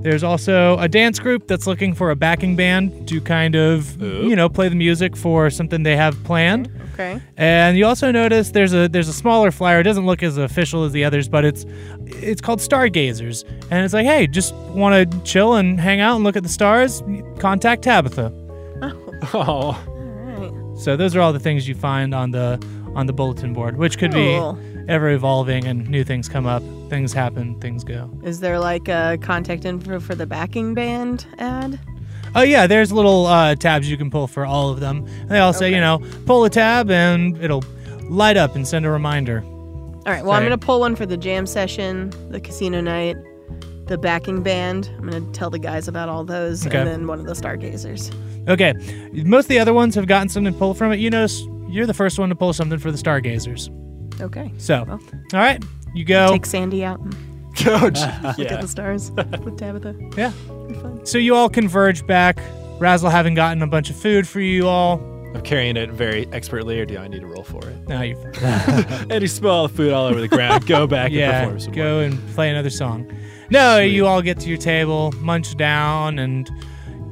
Speaker 1: There's also a dance group that's looking for a backing band to kind of, you know, play the music for something they have planned.
Speaker 4: Okay.
Speaker 1: And you also notice there's a there's a smaller flyer. It doesn't look as official as the others, but it's it's called Stargazers, and it's like, hey, just want to chill and hang out and look at the stars. Contact Tabitha.
Speaker 2: Oh,
Speaker 1: So those are all the things you find on the on the bulletin board, which could
Speaker 4: Cool.
Speaker 1: be ever evolving and new things come up, things happen, things go.
Speaker 4: Is there like a contact info for the backing band ad?
Speaker 1: Oh yeah, there's little uh, tabs you can pull for all of them. And they all say, you know, pull a tab and it'll light up and send a reminder.
Speaker 4: All right. Well, I'm
Speaker 1: Right.
Speaker 4: gonna pull one for the jam session, the casino night, the backing band. I'm gonna tell the guys about all those,
Speaker 1: Okay.
Speaker 4: and then one of the stargazers.
Speaker 1: Okay, most of the other ones have gotten something to pull from it. You notice you're the first one to pull something for the stargazers.
Speaker 4: Okay.
Speaker 1: So, all right, you go.
Speaker 4: Take Sandy out and look at
Speaker 2: Oh. yeah.
Speaker 4: the stars with Tabitha.
Speaker 1: yeah.
Speaker 4: Be fun.
Speaker 1: So you all converge back. Razzle having gotten a bunch of food for you all.
Speaker 2: I'm carrying it very expertly, or do I need to roll for it?
Speaker 1: Now you.
Speaker 2: And you spill all the food all over the ground. Go back
Speaker 1: yeah,
Speaker 2: and perform some more.
Speaker 1: go and play another song. No, you all get to your table, munch down, and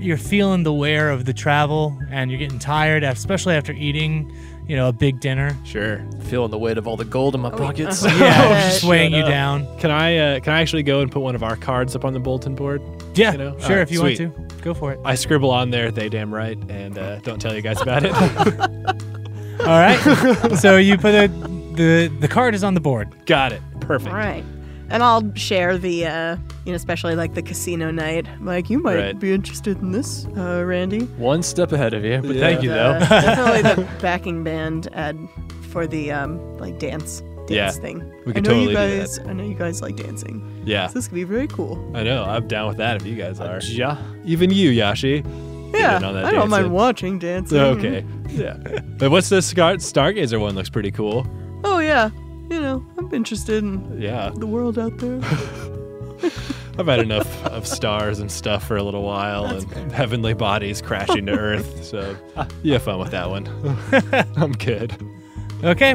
Speaker 1: you're feeling the wear of the travel, and you're getting tired, especially after eating, you know, a big dinner.
Speaker 2: Sure.
Speaker 3: Feeling the weight of all the gold in my pockets.
Speaker 1: Yeah,
Speaker 4: Oh,
Speaker 1: it's just
Speaker 4: shut
Speaker 1: weighing you down.
Speaker 2: Can I uh, can I actually go and put one of our cards up on the bulletin board?
Speaker 1: Yeah,
Speaker 2: You know?
Speaker 1: sure,
Speaker 2: Alright,
Speaker 1: if you
Speaker 2: sweet.
Speaker 1: want to, go for it.
Speaker 2: I scribble on there, they damn right, and uh, don't tell you guys about it.
Speaker 1: All right. so you put a, the the card is on the board.
Speaker 2: Got it. Perfect.
Speaker 4: All right. And I'll share the, uh, you know, especially like the casino night. Like, you might
Speaker 2: Right.
Speaker 4: be interested in this, uh, Randy.
Speaker 3: One step ahead of you, but
Speaker 2: Yeah.
Speaker 3: thank you though.
Speaker 4: Uh, definitely the backing band ad for the um, like dance dance
Speaker 2: Yeah,
Speaker 4: thing.
Speaker 2: we
Speaker 4: I
Speaker 2: could
Speaker 4: know you
Speaker 2: totally do
Speaker 4: guys. I know you guys like dancing.
Speaker 2: Yeah,
Speaker 4: So this could be very cool.
Speaker 2: I know. I'm down with that if you guys are.
Speaker 3: Yeah.
Speaker 2: Even you, Yashi.
Speaker 4: Yeah,
Speaker 2: in on that
Speaker 4: I don't mind
Speaker 2: dancing.
Speaker 4: watching dancing.
Speaker 2: Okay. Yeah. But what's this Star- Stargazer one? Looks pretty cool.
Speaker 4: Oh yeah, you know I'm interested in
Speaker 2: Yeah.
Speaker 4: the world out there.
Speaker 2: I've had enough of stars and stuff for a little while and heavenly bodies crashing to earth. So you have fun with that one. I'm good.
Speaker 1: Okay.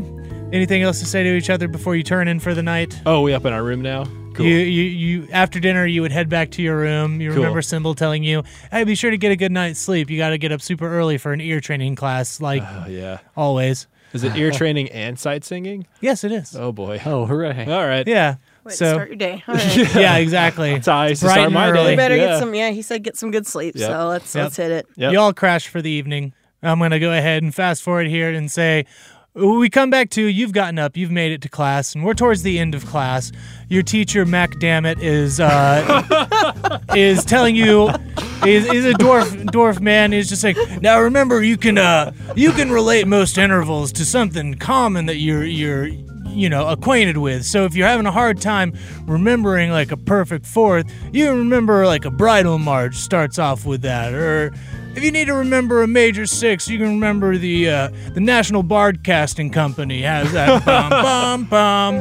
Speaker 1: Anything else to say to each other before you turn in for the night?
Speaker 2: Oh, we up in our room now? Cool.
Speaker 1: You, you, you. After dinner, you would head back to your room. You
Speaker 2: Cool.
Speaker 1: remember Symbol telling you, "Hey, be sure to get a good night's sleep. You got to get up super early for an ear training class, like
Speaker 2: oh, yeah.
Speaker 1: always."
Speaker 2: Is it ear training and sight singing?
Speaker 1: Yes, it is.
Speaker 2: Oh, boy.
Speaker 3: Oh, hooray.
Speaker 2: All right.
Speaker 1: Yeah.
Speaker 4: Wait,
Speaker 1: so
Speaker 4: start your day. All right.
Speaker 1: yeah, exactly.
Speaker 2: That's how I used to
Speaker 1: Bright
Speaker 2: start
Speaker 1: and
Speaker 2: my
Speaker 1: early.
Speaker 2: day.
Speaker 4: You better
Speaker 2: Yeah.
Speaker 4: get some. Yeah, he said get some good sleep.
Speaker 2: Yep.
Speaker 4: So let's
Speaker 1: Yep.
Speaker 4: let's hit it.
Speaker 2: Yep.
Speaker 1: Y'all crash for the evening. I'm gonna go ahead and fast forward here and say. We come back to you've gotten up, you've made it to class, and we're towards the end of class. Your teacher, Mac Dammit, is uh, is telling you is, is a dwarf dwarf man is just like now remember you can uh, you can relate most intervals to something common that you're you're you know acquainted with. So if you're having a hard time remembering like a perfect fourth, you remember like a bridal march starts off with that or if you need to remember a major six, you can remember the uh, the National Broadcasting Company has that bum bum bum,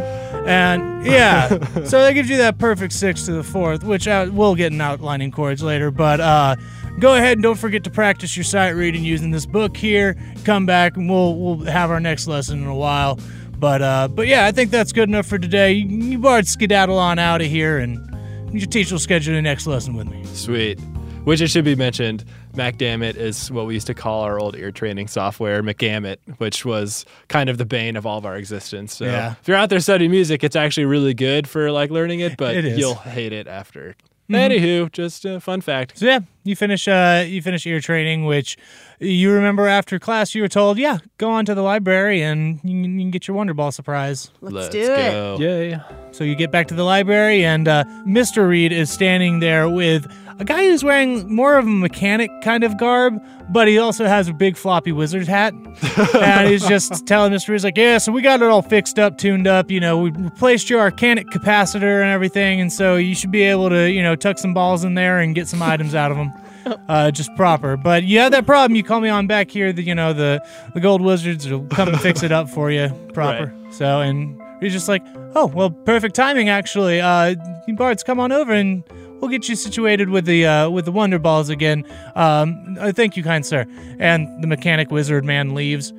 Speaker 1: and yeah, so that gives you that perfect six to the fourth, which I, we'll get in outlining chords later. But uh, go ahead and don't forget to practice your sight reading using this book here. Come back and we'll we'll have our next lesson in a while. But uh, but yeah, I think that's good enough for today. You, you bards skedaddle on out of here, and your teacher will schedule the next lesson with me.
Speaker 2: Sweet. Which it should be mentioned, MacDammit is what we used to call our old ear training software, McGammit, which was kind of the bane of all of our existence. So
Speaker 1: Yeah.
Speaker 2: if you're out there studying music, it's actually really good for like learning it, but
Speaker 1: It is. Mm-hmm.
Speaker 2: you'll hate it after. Anywho, just a fun fact.
Speaker 1: So yeah, you finish uh you finish ear training, which you remember after class you were told, yeah, go on to the library and you can, you can get your Wonder Ball surprise.
Speaker 4: Let's, do it.
Speaker 2: go.
Speaker 3: Oh, Yay.
Speaker 1: So you get back to the library and uh, Mr. Reed is standing there with a guy who's wearing more of a mechanic kind of garb, but he also has a big floppy wizard hat. and he's just telling Mr. Reed's like, yeah, so we got it all fixed up, tuned up. You know, we replaced your arcanic capacitor and everything, and so you should be able to, you know, tuck some balls in there and get some items out of them. Uh, just proper, but you have that problem. You call me on back here. The you know the the gold wizards will come and fix it up for you proper. So and he's just like, oh well, perfect timing actually. Uh, you bards, come on over and We'll get you situated with the uh, with the wonder balls again. Um, uh, thank you, kind sir." And the mechanic wizard man leaves.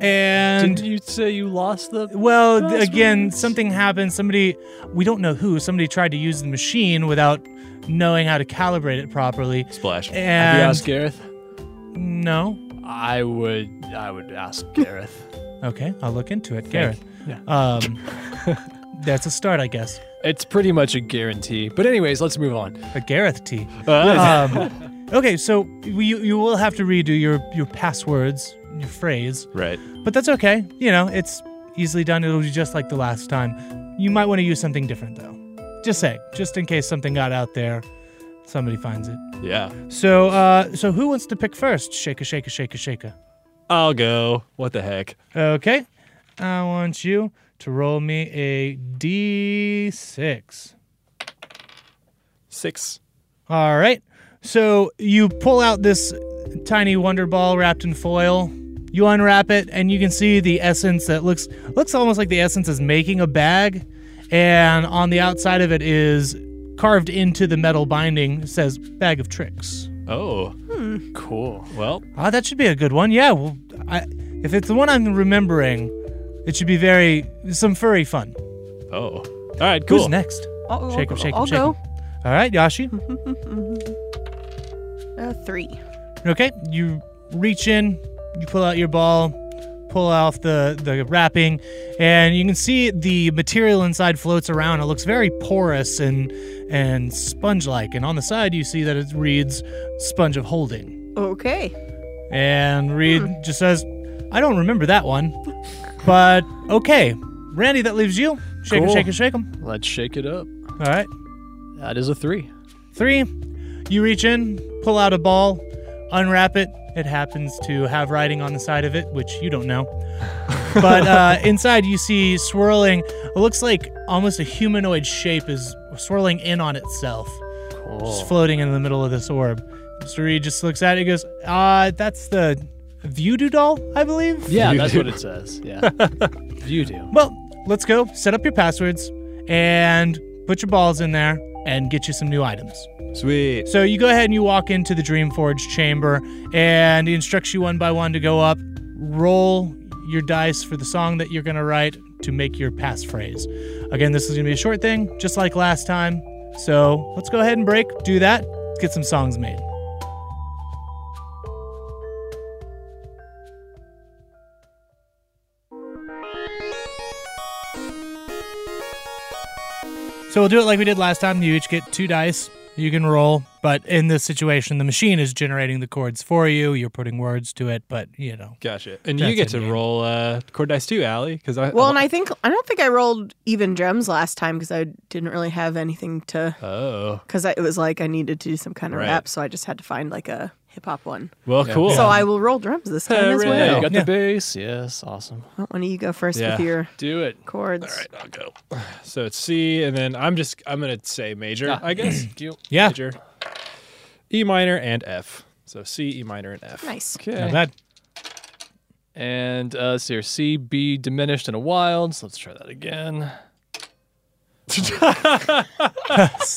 Speaker 1: And
Speaker 3: Didn't you say you lost the?
Speaker 1: well, th-
Speaker 3: That's
Speaker 1: again,
Speaker 3: right.
Speaker 1: something happened. Somebody, we don't know who, somebody tried to use the machine without knowing how to calibrate it properly.
Speaker 2: Splash.
Speaker 3: Have you
Speaker 1: And
Speaker 3: asked Gareth?
Speaker 1: no,
Speaker 3: I would. I would ask Gareth.
Speaker 1: okay, I'll look into it, Gareth.
Speaker 3: Yeah.
Speaker 1: Um, that's a start, I guess.
Speaker 3: It's pretty much a guarantee. But anyways, let's move on.
Speaker 1: A Gareth tea.
Speaker 2: Uh,
Speaker 1: Um, okay, so we, you you will have to redo your your passwords, your phrase,
Speaker 2: right.
Speaker 1: but that's okay. You know, it's easily done. It'll be just like the last time. You might want to use something different though. Just saying, just in case something got out there, somebody finds it.
Speaker 2: Yeah.
Speaker 1: So, uh, so who wants to pick first? Shaka, shaka, shaka, shaka.
Speaker 2: I'll go. What the heck?
Speaker 1: Okay, I want you to roll me a d6.
Speaker 2: Six.
Speaker 1: All right. So you pull out this tiny wonder ball wrapped in foil. You unwrap it, and you can see the essence that looks looks almost like the essence is making a bag. And on the outside of it is carved into the metal binding it says "Bag of Tricks."
Speaker 2: Oh,
Speaker 4: Hmm.
Speaker 3: Cool.
Speaker 2: well,
Speaker 1: Ah, that should be a good one. Yeah. Well, I, if it's the one I'm remembering, it should be very some furry fun.
Speaker 2: oh. All right, cool.
Speaker 1: Who's next?
Speaker 4: I'll,
Speaker 1: Shake 'em, shake 'em,
Speaker 4: I'll
Speaker 1: shake 'em.
Speaker 4: go.
Speaker 1: All right, Yashi.
Speaker 4: Uh, three.
Speaker 1: Okay, you reach in, you pull out your ball, pull off the, the wrapping, and you can see the material inside floats around. It looks very porous and and sponge like. And on the side, you see that it reads "sponge of holding,"
Speaker 4: Okay.
Speaker 1: and Reed just says, "I don't remember that one," but okay, Randy, that leaves you. Shake 'em,
Speaker 3: Cool.
Speaker 1: shake 'em, shake 'em.
Speaker 3: Let's shake it up.
Speaker 1: All right.
Speaker 3: That is a three.
Speaker 1: Three, you reach in, pull out a ball, unwrap it. It happens to have writing on the side of it, which you don't know. but uh, inside, you see swirling. It looks like almost a humanoid shape is swirling in on itself, just
Speaker 3: Cool.
Speaker 1: floating in the middle of this orb. Mr. Reed just looks at it and goes, uh, that's the voodoo doll, I believe.
Speaker 3: Yeah,
Speaker 2: You
Speaker 3: that's
Speaker 2: do.
Speaker 3: what it says. Yeah. you do.
Speaker 1: Well, let's go set up your passwords and put your balls in there and get you some new items.
Speaker 2: Sweet.
Speaker 1: So you go ahead and you walk into the Dreamforge chamber, and he instructs you one by one to go up, roll your dice for the song that you're going to write to make your passphrase. Again, this is going to be a short thing, just like last time. So let's go ahead and break, do that, get some songs made. So we'll do it like we did last time. You each get two dice. You can roll, but in this situation, the machine is generating the chords for you. You're putting words to it, but you know.
Speaker 2: Gotcha. And
Speaker 1: That's
Speaker 2: you get
Speaker 1: it,
Speaker 2: to
Speaker 1: man.
Speaker 2: roll uh, chord dice too, Allie, because I.
Speaker 4: Well, and I think I don't think I rolled even gems last time because I didn't really have anything to.
Speaker 2: Oh.
Speaker 4: Because it was like I needed to do some kind of
Speaker 2: Right.
Speaker 4: rap, so I just had to find like a hip hop one.
Speaker 2: Well,
Speaker 3: Yeah.
Speaker 2: cool.
Speaker 4: So I will roll drums this time as
Speaker 2: Hooray.
Speaker 3: Yeah,
Speaker 4: well.
Speaker 3: you got
Speaker 1: Yeah.
Speaker 3: the bass. Yes, awesome.
Speaker 4: Why don't you go first
Speaker 2: Yeah.
Speaker 4: with your
Speaker 3: Do it.
Speaker 4: chords?
Speaker 2: All right, I'll go. So it's C, and then I'm just I'm gonna say
Speaker 3: Ah.
Speaker 2: major, I guess.
Speaker 3: Do
Speaker 1: Yeah,
Speaker 2: Major, E minor, and F. So C, E minor, and F.
Speaker 4: Nice.
Speaker 1: not
Speaker 3: okay.
Speaker 1: bad.
Speaker 3: And uh, so your C B diminished and a wild. So let's try that again.
Speaker 1: C and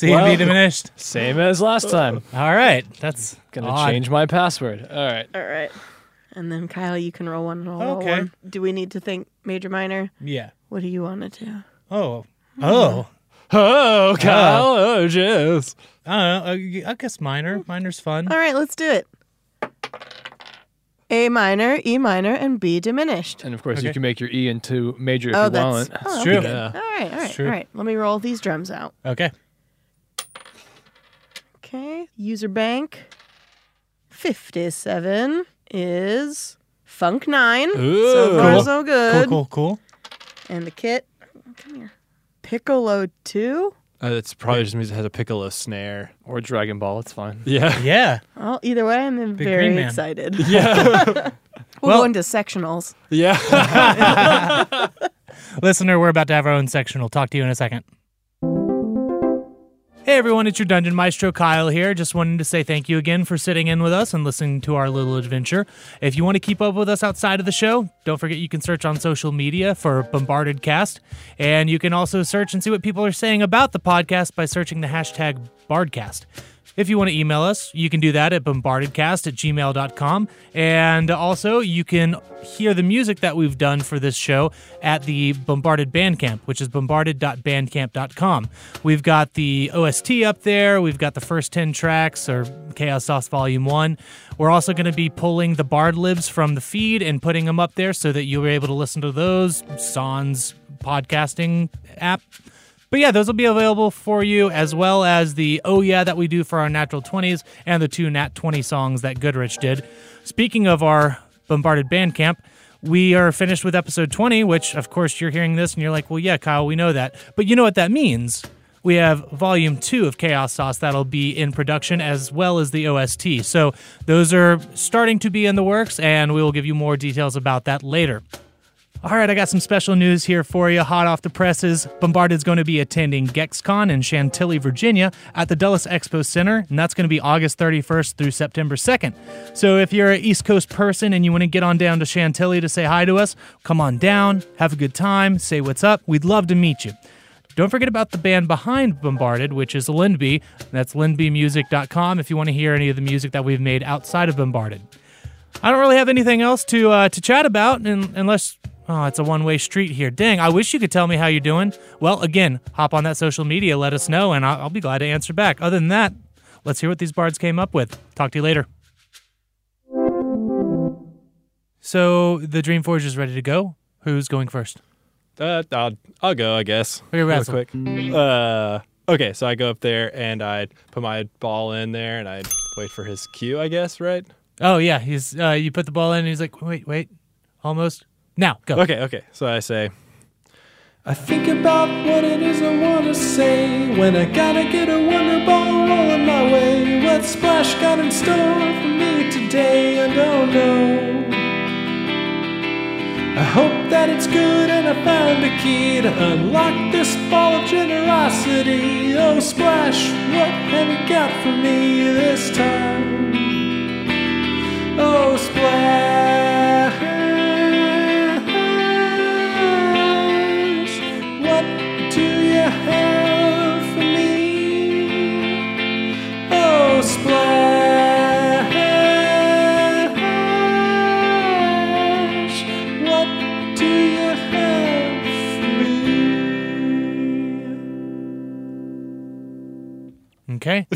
Speaker 1: B
Speaker 3: Well-
Speaker 1: diminished.
Speaker 3: Same as last time.
Speaker 1: All right, that's
Speaker 3: Gonna
Speaker 1: odd.
Speaker 3: change my password. All right.
Speaker 4: All right. And then Kyle, you can roll one and I'll roll
Speaker 1: Okay.
Speaker 4: one. Do we need to think major minor?
Speaker 1: Yeah.
Speaker 4: What do you want to do?
Speaker 1: Oh. Oh.
Speaker 2: Oh, Kyle. Oh, yes.
Speaker 1: I don't know. Uh, I guess minor. Minor's fun.
Speaker 4: Hmm. All right, let's do it. A minor, E minor, and B diminished.
Speaker 3: And of course,
Speaker 1: Okay.
Speaker 3: you can make your E into major if
Speaker 4: Oh,
Speaker 3: you
Speaker 4: that's,
Speaker 3: want.
Speaker 4: oh, that's
Speaker 1: true.
Speaker 4: good.
Speaker 2: Yeah.
Speaker 4: All right, all right,
Speaker 1: true.
Speaker 4: all right. Let me roll these drums out.
Speaker 1: Okay.
Speaker 4: Okay. User bank 57 is Funk 9.
Speaker 2: Ooh.
Speaker 4: So far,
Speaker 1: Cool.
Speaker 4: so good.
Speaker 1: Cool, cool, cool.
Speaker 4: And the kit. Come here. Piccolo 2.
Speaker 2: Uh, it's probably just means it has a piccolo snare.
Speaker 3: Or Dragon Ball. It's fine.
Speaker 2: Yeah.
Speaker 1: Yeah.
Speaker 4: Well, either way, I'm
Speaker 1: green
Speaker 4: very
Speaker 1: man.
Speaker 4: excited.
Speaker 2: Yeah.
Speaker 4: We're
Speaker 1: Well-
Speaker 4: going to sectionals.
Speaker 2: yeah.
Speaker 1: Listener, we're about to have our own section. We'll talk to you in a second. Hey everyone, it's your Dungeon Maestro Kyle here. Just wanted to say thank you again for sitting in with us and listening to our little adventure. If you want to keep up with us outside of the show, don't forget you can search on social media for Bombarded Cast. And you can also search and see what people are saying about the podcast by searching the hashtag bombardcast. If you want to email us, you can do that at bombardedcast at gmail.com. And also, you can hear the music that we've done for this show at the Bombarded Bandcamp, which is bombarded.bandcamp.com. We've got the OST up there, we've got the first 10 tracks, or Chaos Sauce Volume 1. We're also going to be pulling the Bard Libs from the feed and putting them up there so that you'll be able to listen to those. Sans podcasting app. But yeah, those will be available for you as well as the Oh Yeah that we do for our Natural 20s and the two Nat 20 songs that Goodrich did. Speaking of our Bombarded Bandcamp, we are finished with episode 20, which of course you're hearing this and you're like, well, yeah, Kyle, we know that. But you know what that means? We have volume two of Chaos Sauce that'll be in production as well as the OST. So those are starting to be in the works and we will give you more details about that later. All right, I got some special news here for you, hot off the presses. Bombarded is going to be attending GexCon in Chantilly, Virginia, at the Dulles Expo Center, and that's going to be August 31st through September 2nd. So if you're an East Coast person and you want to get on down to Chantilly to say hi to us, come on down, have a good time, say what's up. We'd love to meet you. Don't forget about the band behind Bombarded, which is Lindby. That's lindbymusic.com if you want to hear any of the music that we've made outside of Bombarded. I don't really have anything else to uh, to chat about, un unless oh, it's a one way street here. Dang, I wish you could tell me how you're doing. Well, again, hop on that social media, let us know, and I'll, I'll be glad to answer back. Other than that, let's hear what these bards came up with. Talk to you later. So the Dreamforge is ready to go. Who's going first?
Speaker 2: Uh, I'll, I'll go, I guess.
Speaker 1: Okay,
Speaker 2: Real
Speaker 1: Razzle.
Speaker 2: quick. Uh, okay, so I go up there and I put my ball in there and I wait for his cue, I guess, right?
Speaker 1: Oh yeah, he's. Uh, you put the ball in, and he's like, wait, wait, almost. Now go.
Speaker 2: Okay, okay. So I say, I think about what it is I want to say when I gotta get a wonder ball rolling my way. What splash got in store for me today? I don't know. I hope that it's good and I found a key to unlock this ball of generosity. Oh, splash, what have you got for me this time? Oh, splash! What do you have for me? Oh, splash! What do you have for me?
Speaker 1: Okay.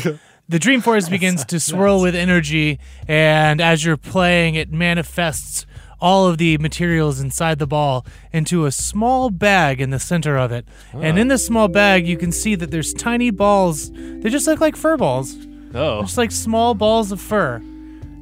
Speaker 1: The Dream Forest begins to swirl with energy, and as you're playing, it manifests all of the materials inside the ball into a small bag in the center of it. And in this small bag, you can see that there's tiny balls. They just look like fur balls,
Speaker 2: Oh,
Speaker 1: just like small balls of fur.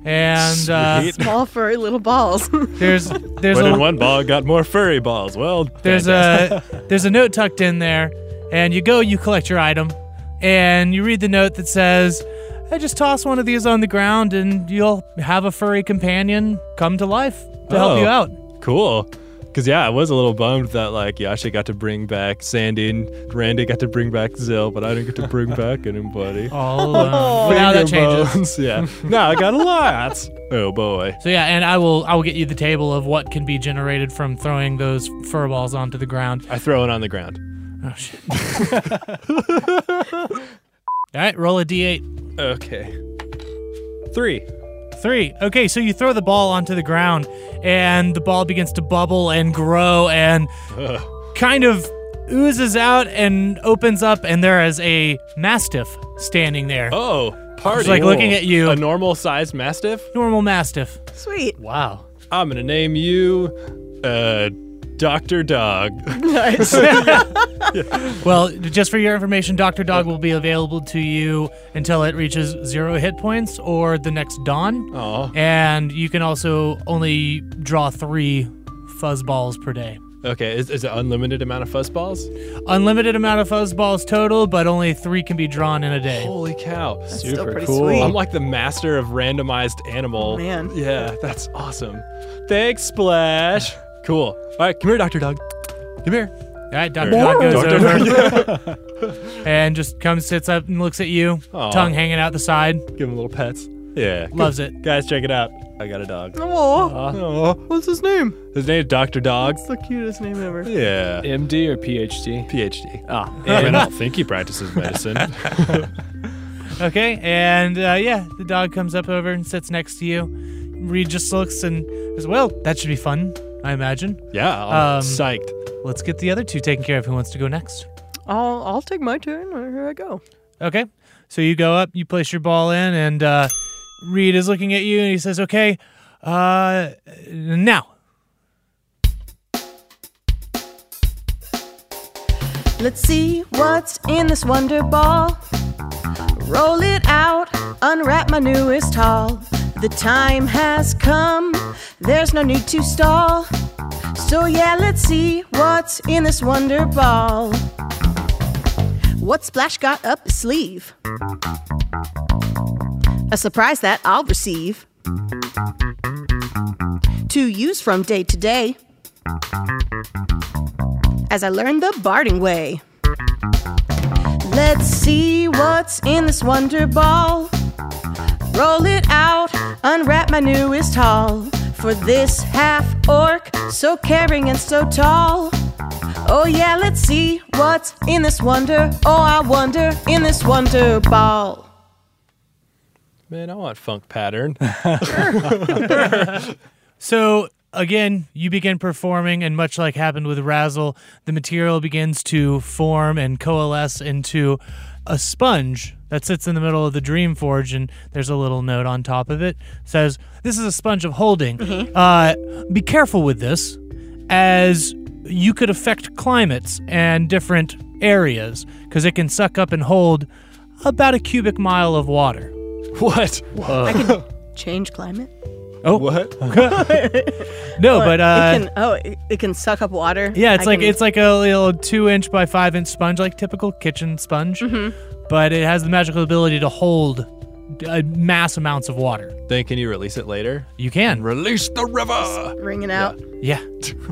Speaker 1: And uh,
Speaker 2: Sweet.
Speaker 4: Small furry little balls.
Speaker 1: there's there's
Speaker 2: But
Speaker 1: a
Speaker 2: in one ball, got more furry balls. Well,
Speaker 1: There's a there's a note tucked in there, and you go, you collect your item, and you read the note that says, "I just toss one of these on the ground, and you'll have a furry companion come to life to help
Speaker 2: Oh.
Speaker 1: you out."
Speaker 2: Cool. Cause yeah, I was a little bummed that like Yasha got to bring back Sandy and Randy got to bring back Zill, but I didn't get to bring back anybody.
Speaker 1: All alone. Oh, now that
Speaker 2: Finger
Speaker 1: changes.
Speaker 2: bones, yeah. Now I got a lot. Oh boy.
Speaker 1: So yeah, and I will I will get you the table of what can be generated from throwing those fur balls onto the ground.
Speaker 2: I throw it on the ground.
Speaker 1: Oh shit! All right, roll a d8.
Speaker 2: Okay. Three.
Speaker 1: Three. Okay, so you throw the ball onto the ground, and the ball begins to bubble and grow and kind of oozes out and opens up, and there is a mastiff standing there.
Speaker 2: Oh, party.
Speaker 1: like looking at you.
Speaker 2: A normal sized mastiff.
Speaker 1: Normal mastiff.
Speaker 4: Sweet.
Speaker 1: Wow.
Speaker 2: I'm gonna name you, uh, Doctor Dog.
Speaker 4: Nice.
Speaker 1: Well, just for your information, Dr. Dog will be available to you until it reaches zero hit points or the next dawn.
Speaker 2: Aw.
Speaker 1: And you can also only draw three fuzz balls per day.
Speaker 2: Okay. Is, is it unlimited amount of fuzz balls?
Speaker 1: Unlimited amount of fuzz balls total, but only three can be drawn in a day.
Speaker 2: Holy cow.
Speaker 4: still
Speaker 2: Super
Speaker 4: pretty
Speaker 2: cool.
Speaker 4: sweet.
Speaker 2: I'm like the master of randomized animal.
Speaker 4: Oh, man.
Speaker 2: Yeah, that's awesome. Thanks, Splash. Cool. All right, come here, Dr. Dog. Come here.
Speaker 1: All right, Dr.
Speaker 2: Yeah.
Speaker 1: Dog goes
Speaker 2: Dr.
Speaker 1: over and just comes, sits up, and looks at you,
Speaker 2: Aw.
Speaker 1: tongue hanging out the side,
Speaker 2: Give him little pets. Yeah.
Speaker 1: loves it.
Speaker 2: Guys, check it out. I got a dog.
Speaker 4: Aw,
Speaker 2: Oh.
Speaker 4: what's his name?
Speaker 2: His name's Dr. Dog.
Speaker 4: It's the cutest name ever.
Speaker 2: Yeah.
Speaker 3: MD or PhD?
Speaker 2: PhD.
Speaker 3: Ah,
Speaker 2: I, mean, I don't think he practices medicine.
Speaker 1: Okay, and uh, yeah, the dog comes up over and sits next to you. Reed just looks and says, "Well, that should be fun, I imagine.
Speaker 2: Yeah, I'm
Speaker 1: Um,
Speaker 2: psyched.
Speaker 1: Let's get the other two taken care of. Who wants to go next?"
Speaker 4: I'll I'll take my turn. Uh, Here I go.
Speaker 1: Okay, so you go up, you place your ball in, and uh, Reed is looking at you and he says, "Okay, uh, now."
Speaker 4: Let's see what's in this wonder ball. Roll it out, unwrap my newest haul. The time has come, there's no need to stall. So, yeah, let's see what's in this wonder ball. What Splash got up his sleeve? A surprise that I'll receive. To use from day to day as I learn the barding way. Let's see what's in this wonder ball. Roll it out, unwrap my newest haul. For this half orc, so caring and so tall. Oh yeah, let's see what's in this wonder. Oh, I wonder in this wonder ball.
Speaker 2: Man, I want funk pattern.
Speaker 1: So again, you begin performing, and much like happened with Razzle, the material begins to form and coalesce into a sponge that sits in the middle of the dream forge and there's a little note on top of it says this is a sponge of holding
Speaker 4: Mm-hmm.
Speaker 1: uh, be careful with this as you could affect climates and different areas because it can suck up and hold about a cubic mile of water
Speaker 2: what?
Speaker 4: Change climate?
Speaker 1: oh
Speaker 2: What?
Speaker 1: no but uh,
Speaker 4: it can, oh, it, it can suck up water.
Speaker 1: Yeah, it's
Speaker 4: I
Speaker 1: like
Speaker 4: can-
Speaker 1: it's like a little two inch by five inch sponge, like typical kitchen sponge,
Speaker 4: Mm-hmm.
Speaker 1: but it has the magical ability to hold uh, mass amounts of water.
Speaker 2: then can you release it later?
Speaker 1: You can,
Speaker 2: Release the river
Speaker 4: wringing out
Speaker 1: yeah,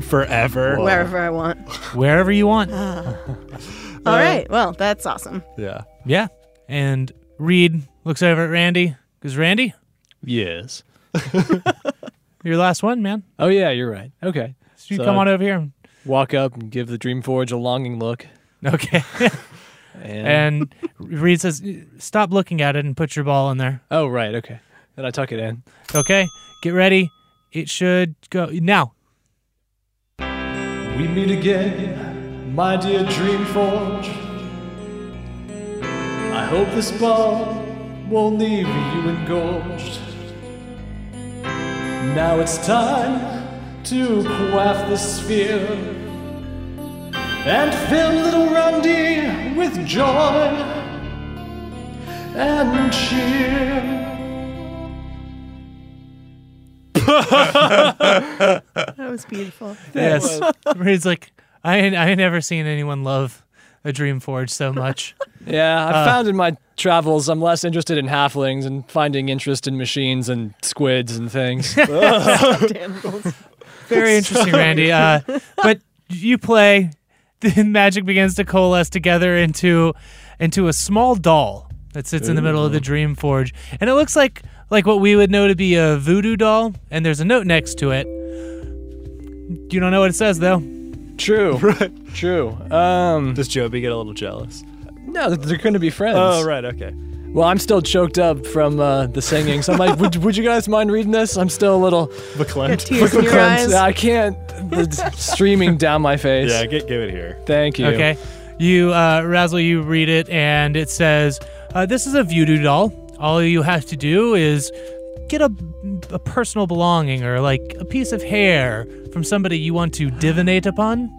Speaker 2: forever.
Speaker 4: wherever I want.
Speaker 1: wherever you want.
Speaker 4: All right, well, that's awesome.
Speaker 2: Yeah.
Speaker 1: Yeah, and Reed looks over at Randy because Randy,
Speaker 2: Yes.
Speaker 1: your last one, man.
Speaker 3: Oh yeah, you're right. Okay.
Speaker 1: So you
Speaker 3: So-
Speaker 1: come on over here.
Speaker 3: Walk up and give the Dreamforge a longing look.
Speaker 1: Okay,
Speaker 3: And,
Speaker 1: and Reed says, "Stop looking at it and put your ball in there."
Speaker 3: oh right, okay. Then I tuck it in.
Speaker 1: Okay, get ready. It should go now.
Speaker 3: We meet again, my dear Dreamforge. I hope this ball won't leave you engorged. Now it's time to quaff the sphere and fill little Randy with joy and cheer.
Speaker 4: That was beautiful.
Speaker 1: Yes. Reed's like, I ain't, I ain't never seen anyone love a dream forge so much.
Speaker 3: Yeah,
Speaker 2: Uh,
Speaker 3: I've found in my travels I'm less interested in halflings and finding interest in machines and squids and things.
Speaker 1: Very interesting, Randy. Uh, but you play, the magic begins to coalesce together into into a small doll that sits in the middle of the dream forge, and it looks like like what we would know to be a voodoo doll, and there's a note next to it. You don't know what it says though.
Speaker 3: True. True. Um,
Speaker 2: Does Joby get a little jealous?
Speaker 3: no, th- they're going to be friends.
Speaker 2: Oh, right. Okay.
Speaker 3: Well, I'm still choked up from uh, the singing, so I'm like, would, would you guys mind reading this? I'm still a little.
Speaker 4: Got
Speaker 2: Beclemmed.
Speaker 4: tears in your eyes.
Speaker 3: I can't. It's streaming down my face.
Speaker 2: Yeah, get, give it here.
Speaker 3: Thank you.
Speaker 1: Okay. You, uh, Razzle, you read it, and it says, uh, This is a voodoo doll. All you have to do is get a, a personal belonging or like a piece of hair from somebody you want to divinate upon.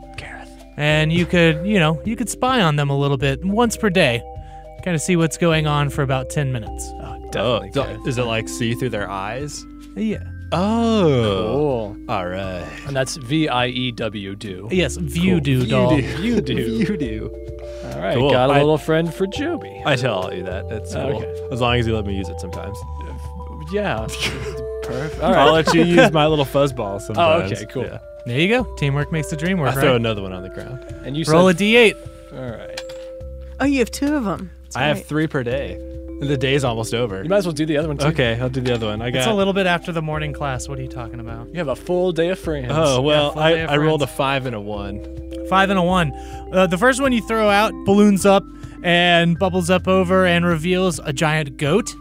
Speaker 1: And you could, you know, you could spy on them a little bit once per day, kind of see what's going on for about 10 minutes.
Speaker 2: Oh, so- is it like see through their eyes?
Speaker 1: Yeah.
Speaker 2: Oh.
Speaker 3: Cool.
Speaker 2: All right.
Speaker 3: And that's V I E W do.
Speaker 1: Yes, voodoo doll.
Speaker 2: You do. you do.
Speaker 3: All right.
Speaker 2: Cool.
Speaker 3: Got a
Speaker 2: I-
Speaker 3: little friend for Joby.
Speaker 2: I tell all you that. That's cool.
Speaker 3: Okay.
Speaker 2: As long as you let me use it sometimes.
Speaker 3: Yeah. Perfect. All
Speaker 2: I'll
Speaker 3: right.
Speaker 2: let you use my little fuzzball
Speaker 3: Oh,
Speaker 2: sometimes.
Speaker 3: okay. Cool.
Speaker 2: Yeah.
Speaker 1: There you go. Teamwork makes the dream
Speaker 2: I
Speaker 1: work,
Speaker 2: throw
Speaker 1: right?
Speaker 2: another one on the ground.
Speaker 3: And you
Speaker 1: Roll a
Speaker 3: said.
Speaker 1: d8.
Speaker 3: All right.
Speaker 4: Oh, you have two of them.
Speaker 2: I have three per day. And the day's almost over.
Speaker 3: You might as well do the other one too.
Speaker 2: Okay, I'll do the other one. I got.
Speaker 1: It's a little bit after the morning class. What are you talking about?
Speaker 3: You have a full day of friends.
Speaker 2: oh well,
Speaker 1: full
Speaker 2: I,
Speaker 1: day of
Speaker 2: I rolled a
Speaker 1: friends.
Speaker 2: five and a one.
Speaker 1: Five and a one. Uh, the first one you throw out balloons up and bubbles up over and reveals a giant goat.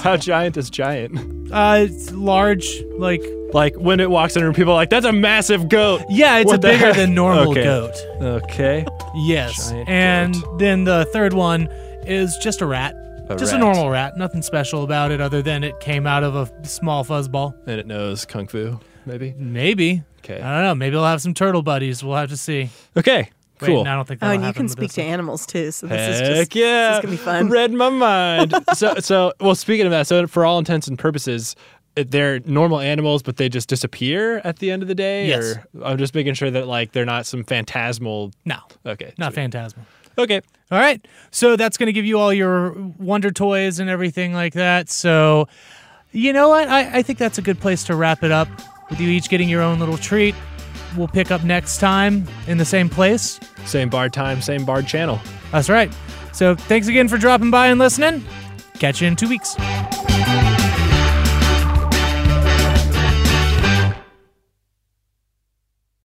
Speaker 2: How giant is giant?
Speaker 1: Uh, it's large, like
Speaker 2: Like when it walks in, and people are like, "That's a massive goat."
Speaker 1: yeah, it's
Speaker 2: What
Speaker 1: a
Speaker 2: the
Speaker 1: bigger
Speaker 2: heck?
Speaker 1: than normal
Speaker 2: Okay.
Speaker 1: goat.
Speaker 2: Okay.
Speaker 1: Yes,
Speaker 2: Giant
Speaker 1: and then the third one is just a rat,
Speaker 2: A
Speaker 1: just a
Speaker 2: rat.
Speaker 1: normal rat. Nothing special about it other than it came out of a small fuzzball.
Speaker 2: And it knows kung fu, maybe.
Speaker 1: Maybe.
Speaker 2: Okay.
Speaker 1: I don't know. Maybe I'll have some turtle buddies. We'll have to see.
Speaker 2: Okay.
Speaker 1: Wait,
Speaker 2: Cool.
Speaker 1: no, I don't think.
Speaker 4: Oh,
Speaker 1: that'll
Speaker 4: and you
Speaker 1: happen
Speaker 4: can
Speaker 1: with
Speaker 4: speak
Speaker 1: this
Speaker 4: to
Speaker 1: one.
Speaker 4: animals too, so this
Speaker 2: Heck
Speaker 4: is just
Speaker 2: yeah!
Speaker 4: this is gonna be fun.
Speaker 2: Read my mind. so, so well. Speaking of that, so for all intents and purposes, it- they're normal animals, but they just disappear at the end of the day.
Speaker 1: Yes.
Speaker 2: Or I'm just making sure that like they're not some phantasmal.
Speaker 1: No,
Speaker 2: Okay.
Speaker 1: not
Speaker 2: sweet.
Speaker 1: phantasmal.
Speaker 2: Okay.
Speaker 1: All right. So that's going to give you all your wonder toys and everything like that. So, you know what? I, I think that's a good place to wrap it up with you each getting your own little treat. We'll pick up next time in the same place.
Speaker 2: Same bar time, same bar channel.
Speaker 1: That's right. So, thanks again for dropping by and listening. Catch you in two weeks.